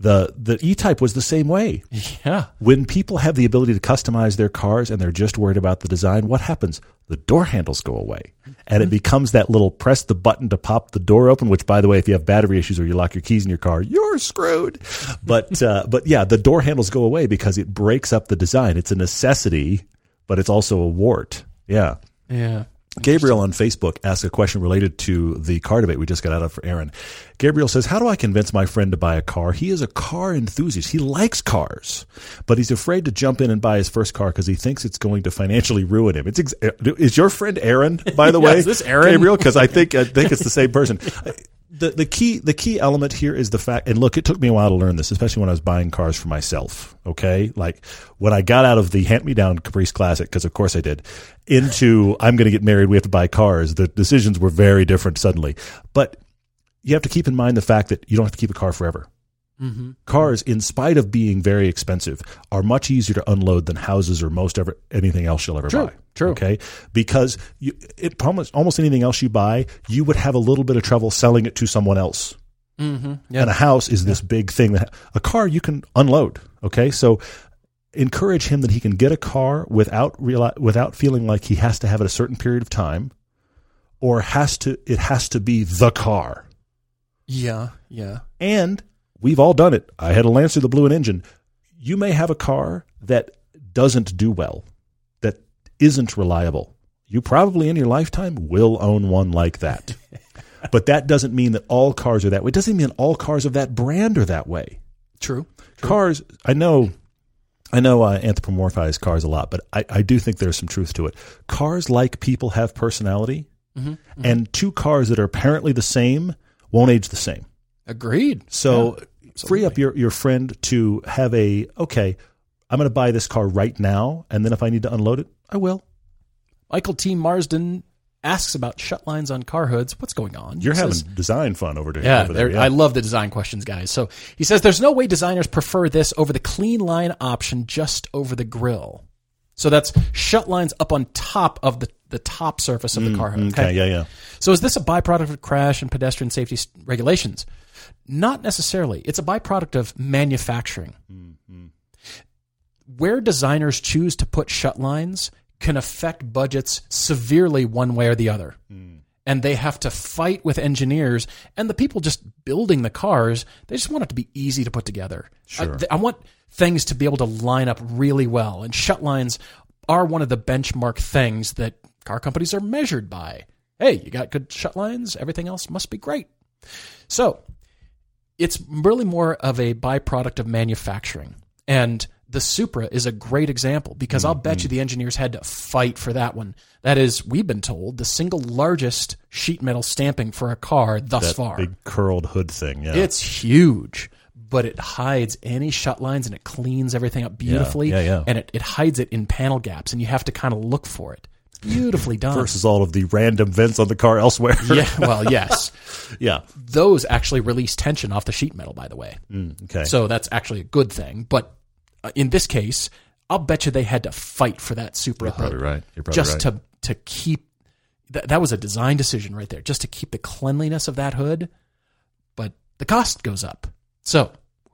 Speaker 1: The the E Type was the same way.
Speaker 3: yeah,
Speaker 1: When people have the ability to customize their cars and they're just worried about the design, what happens? The door handles go away, and it becomes that little press the button to pop the door open. Which, by the way, if you have battery issues or you lock your keys in your car, you're screwed. But uh, but yeah, the door handles go away because it breaks up the design. It's a necessity, but it's also a wart. Yeah.
Speaker 3: yeah.
Speaker 1: Gabriel on Facebook asked a question related to the car debate we just got out of for Aaron. Gabriel says, How do I convince my friend to buy a car? He is a car enthusiast. He likes cars, but he's afraid to jump in and buy his first car because he thinks it's going to financially ruin him. It's ex- Is your friend Aaron, by
Speaker 3: *laughs*
Speaker 1: the
Speaker 3: Yeah,
Speaker 1: way?
Speaker 3: is this Aaron?
Speaker 1: Gabriel, because I think, I think it's the same
Speaker 3: *laughs*
Speaker 1: person. The, the key the key element here is the fact and look it took me a while to learn this especially when I was buying cars for myself okay like when I got out of the hand me down Caprice Classic because of course I did into I'm going to get married we have to buy cars the decisions were very different suddenly but you have to keep in mind the fact that you don't have to keep a car forever cars in spite of being very expensive are much easier to unload than houses or most ever anything else you'll ever buy
Speaker 3: true.
Speaker 1: okay because you, it almost, almost anything else you buy you would have a little bit of trouble selling it to someone else
Speaker 3: Mm-hmm, Yeah.
Speaker 1: and a house is this big thing that a car you can unload okay so encourage him that he can get a car without reali- without feeling like he has to have it a certain period of time or has to it has to be the car
Speaker 3: Yeah, yeah.
Speaker 1: and we've all done it. I had a Lancer that blew an engine. You may have a car that doesn't do well, that isn't reliable. You probably in your lifetime will own one like that. but that doesn't mean that all cars are that way. It doesn't mean all cars of that brand are that way.
Speaker 3: True.
Speaker 1: Cars, I know. I know I anthropomorphize cars a lot, but I, I do think there's some truth to it. Cars, like people, have personality, and two cars that are apparently the same won't age the same.
Speaker 3: Agreed.
Speaker 1: So free up
Speaker 2: Absolutely.
Speaker 1: your, your friend to have a okay i'm going to buy this car right now and then if i need to unload it i will
Speaker 3: Michael T. Marsden asks about shut lines on car hoods. What's going on?
Speaker 1: you're
Speaker 3: He
Speaker 1: having
Speaker 3: says-
Speaker 1: design fun over there
Speaker 3: Yeah,
Speaker 1: over there,
Speaker 3: there- I love the design questions, guys. So he says there's no way designers prefer this over the clean line option just over the grill. So that's shut lines up on top of the, the top surface of the car hood.
Speaker 1: Mm, okay yeah yeah
Speaker 3: So is this a byproduct of crash and pedestrian safety s- regulations? Not necessarily. It's a byproduct of manufacturing.
Speaker 1: Mm-hmm.
Speaker 3: Where designers choose to put shut lines can affect budgets severely one way or the other. And they have to fight with engineers and the people just building the cars. They just want it to be easy to put together. Sure. I, th- I want things to be able to line up really well. And shut lines are one of the benchmark things that car companies are measured by. Hey, you got good shut lines, everything else must be great. So it's really more of a byproduct of manufacturing. And the Supra is a great example because I'll bet
Speaker 1: Mm-hmm.
Speaker 3: you the engineers had to fight for that one. That is, we've been told, the single largest sheet metal stamping for a car thus
Speaker 1: that
Speaker 3: far.
Speaker 1: big curled hood thing yeah
Speaker 3: It's huge, but it hides any shut lines and it cleans everything up beautifully.
Speaker 1: yeah,
Speaker 3: *laughs*
Speaker 1: yeah.
Speaker 3: And it, it hides it in panel gaps, and you have to kind of look for it. It's
Speaker 1: *laughs*
Speaker 3: beautifully done.
Speaker 1: versus all of the random vents on the car elsewhere
Speaker 3: yeah, well, yes.
Speaker 1: *laughs* yeah
Speaker 3: Those actually release tension off the sheet metal, by the way.
Speaker 1: okay
Speaker 3: So that's actually a good thing. But uh, in this case, I'll bet you they had to fight for that super
Speaker 1: probably right. You're probably
Speaker 3: just
Speaker 1: right.
Speaker 3: to to keep th- that was a design decision right there, just to keep the cleanliness of that hood. But the cost goes up. So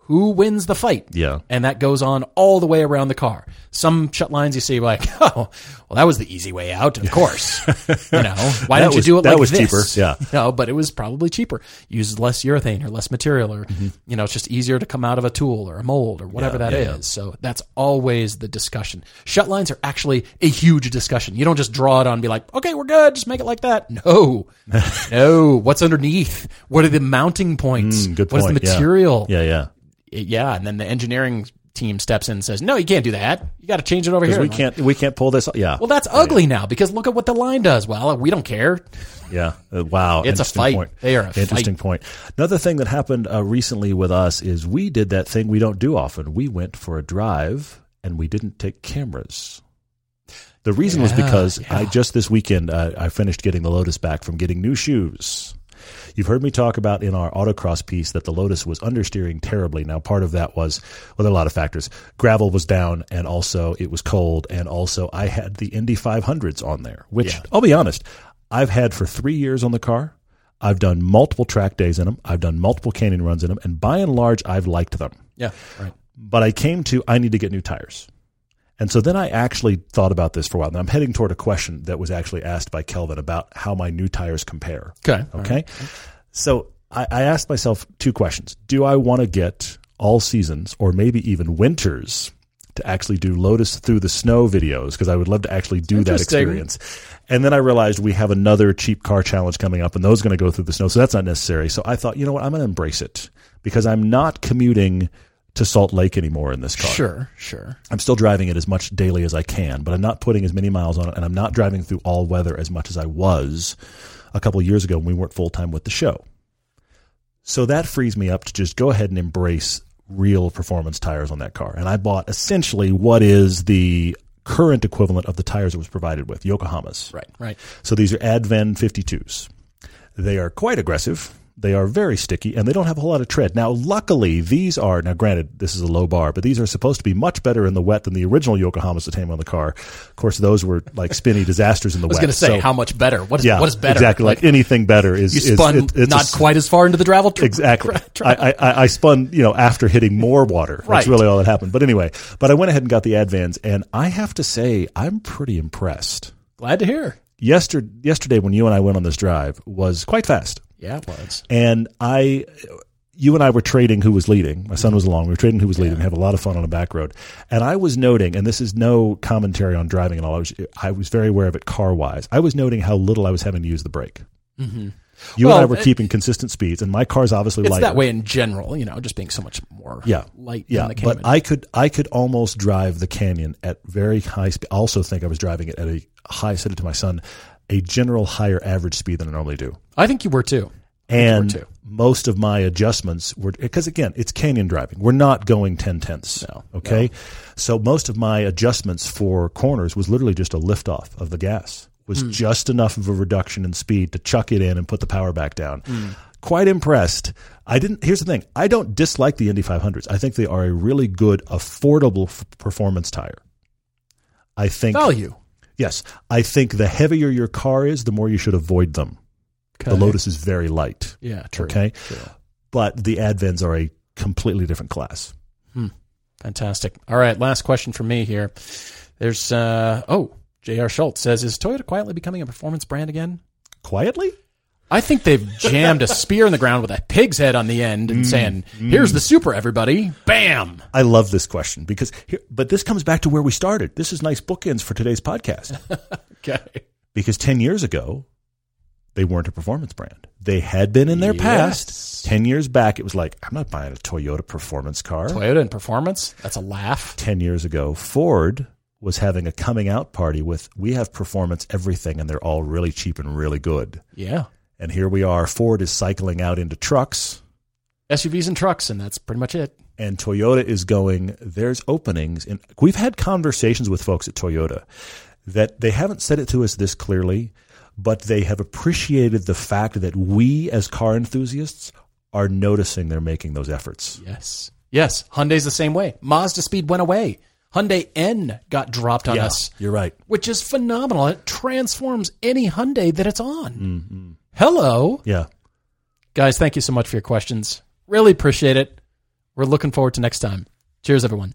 Speaker 3: who wins the fight?
Speaker 1: Yeah.
Speaker 3: and that goes on all the way around the car. Some shut lines you see like, *laughs* oh, well, that was the easy way out. Of course, you know,
Speaker 1: *laughs*
Speaker 3: why
Speaker 1: That
Speaker 3: didn't
Speaker 1: was-
Speaker 3: you do it
Speaker 1: that
Speaker 3: like
Speaker 1: was
Speaker 3: this?
Speaker 1: cheaper, yeah.
Speaker 3: No, but it was probably cheaper. Uses less urethane or less material, or
Speaker 1: Mm-hmm.
Speaker 3: you know, it's just easier to come out of a tool or a mold or whatever that is. So that's always the discussion. Shut lines are actually a huge discussion. You don't just draw it on and be like, okay, we're good, just make it like that.
Speaker 1: *laughs*
Speaker 3: No, no. What's underneath? What are the mounting points?
Speaker 1: Mm, good
Speaker 3: what is
Speaker 1: point,
Speaker 3: the
Speaker 1: yeah.
Speaker 3: material?
Speaker 1: yeah yeah
Speaker 3: It- yeah, and then the engineering team steps in and says, no, you can't do that. You got to change it over here.
Speaker 1: because we
Speaker 3: And I'm
Speaker 1: can't we can't pull this yeah
Speaker 3: like, well, that's ugly now because look at what the line does. Well, we don't care.
Speaker 1: Yeah. Uh, wow.
Speaker 3: It's a
Speaker 1: Interesting
Speaker 3: fight.
Speaker 1: Point.
Speaker 3: They are a
Speaker 1: Interesting point. Another thing that happened uh, recently with us is we did that thing we don't do often. We went for a drive and we didn't take cameras. The reason was
Speaker 3: Yeah,
Speaker 1: because
Speaker 3: yeah.
Speaker 1: I just this weekend uh, I finished getting the Lotus back from getting new shoes. You've heard me talk about in our autocross piece that the Lotus was understeering terribly. Now, part of that was, well, there are a lot of factors. Gravel was down, and also it was cold, and also I had the Indy 500s on there, which I'll be honest, I've had for three years on the car. I've done multiple track days in them, I've done multiple canyon runs in them, and by and large, I've liked them
Speaker 3: Yeah, right.
Speaker 1: but I came to I need to get new tires. And so then I actually thought about this for a while. And I'm heading toward a question that was actually asked by Kelvin about how my new tires compare.
Speaker 3: Okay.
Speaker 1: Okay. So I, I asked myself two questions. Do I want to get all seasons or maybe even winters to actually do Lotus through the snow videos? Because I would love to actually do that
Speaker 3: Interesting.
Speaker 1: experience. And then I realized we have another cheap car challenge coming up and those are going to go through the snow. So that's not necessary. So I thought, you know what? I'm going to embrace it because I'm not commuting to Salt Lake anymore in this car.
Speaker 3: Sure, sure.
Speaker 1: I'm still driving it as much daily as I can, but I'm not putting as many miles on it, and I'm not driving through all weather as much as I was a couple of years ago when we weren't full time with the show. So that frees me up to just go ahead and embrace real performance tires on that car. And I bought essentially what is the current equivalent of the tires it was provided with, Yokohamas.
Speaker 3: Right, right.
Speaker 1: So these are Adven 52s. They are quite aggressive. They are very sticky and they don't have a whole lot of tread. Now, luckily, these are, now granted, this is a low bar, but these are supposed to be much better in the wet than the original Yokohamas that came on the car. Of course, those were like spinny disasters in the
Speaker 3: I was
Speaker 1: wet.
Speaker 3: going to say,
Speaker 1: So,
Speaker 3: how much better? What is,
Speaker 1: yeah,
Speaker 3: what is better?
Speaker 1: Exactly. Like, anything better is,
Speaker 3: you
Speaker 1: is-
Speaker 3: spun
Speaker 1: it- it's a
Speaker 3: not
Speaker 1: s-
Speaker 3: quite *laughs* as far into the gravel. Tr-
Speaker 1: Exactly. I, I, I spun, you know, after hitting more water.
Speaker 3: Right.
Speaker 1: That's really all that happened. But anyway, but I went ahead and got the Advans, and I have to say, I'm pretty impressed
Speaker 3: Glad to hear.
Speaker 1: yesterday, yesterday when you and I went on this drive was quite fast.
Speaker 3: Yeah, it was.
Speaker 1: And I, you and I were trading who was leading. My son was along. We were trading who was leading. We have a lot of fun on a back road. And I was noting, and this is no commentary on driving at all. I was, I was very aware of it car wise. I was noting how little I was having to use the brake. You and I
Speaker 3: Mm-hmm. Well,
Speaker 1: were
Speaker 3: it-
Speaker 1: keeping consistent speeds, and my car's obviously
Speaker 3: It's
Speaker 1: lighter.
Speaker 3: that way in general, you know, just being so much more
Speaker 1: Yeah.
Speaker 3: light
Speaker 1: Yeah,
Speaker 3: than the Cayman.
Speaker 1: but I could I could almost drive the Canyon at very high speed. I also think I was driving it at a high. I said it to my son, a general higher average speed than I normally do.
Speaker 3: I think you were too.
Speaker 1: And
Speaker 3: too.
Speaker 1: most of my adjustments were because again, it's canyon driving. We're not going ten tenths.
Speaker 3: No,
Speaker 1: okay, so most of my adjustments for corners was literally just a lift off of the gas. Was
Speaker 3: Hmm.
Speaker 1: just enough of a reduction in speed to chuck it in and put the power back down.
Speaker 3: Hmm.
Speaker 1: Quite impressed. I didn't. Here's the thing. I don't dislike the Indy 500s. I think they are a really good, affordable f- performance tire. I think
Speaker 3: Value.
Speaker 1: Yes, I think the heavier your car is, the more you should avoid them. The
Speaker 3: Okay.
Speaker 1: Lotus is very light.
Speaker 3: Yeah, true.
Speaker 1: okay,
Speaker 3: true.
Speaker 1: but the Advents are a completely different class.
Speaker 3: Fantastic. All right, last question for me here. There's uh oh, J.R. Schultz says, is Toyota quietly becoming a performance brand again?
Speaker 1: Quietly,
Speaker 3: I think they've jammed a spear in the ground with a pig's head on the end
Speaker 1: Mm,
Speaker 3: and saying, "Here's the super, everybody!" Bam.
Speaker 1: I love this question because, here, but this comes back to where we started. This is nice bookends for today's
Speaker 3: *laughs*
Speaker 1: podcast
Speaker 3: Okay.
Speaker 1: because ten years ago, they weren't a performance brand. They had been in their
Speaker 3: Yes.
Speaker 1: past. Ten years back, it was like I'm not buying a Toyota performance car.
Speaker 3: Toyota and performance. That's a laugh.
Speaker 1: 10 years ago, Ford was having a coming out party with we have performance everything and they're all really cheap and really good.
Speaker 3: Yeah.
Speaker 1: And here we are, Ford is cycling out into trucks
Speaker 3: SUVs and trucks, and that's pretty much it.
Speaker 1: and Toyota is going there's openings and we've had conversations with folks at Toyota that they haven't said it to us this clearly, but they have appreciated the fact that we as car enthusiasts are noticing they're making those efforts.
Speaker 3: Yes. Yes. Hyundai's the same way. Mazda Speed went away. Hyundai N got dropped on us,
Speaker 1: you're right.
Speaker 3: which is phenomenal. It transforms any Hyundai that it's on. Hello.
Speaker 1: Yeah.
Speaker 3: Guys, thank you so much for your questions. Really appreciate it. We're looking forward to next time. Cheers, everyone.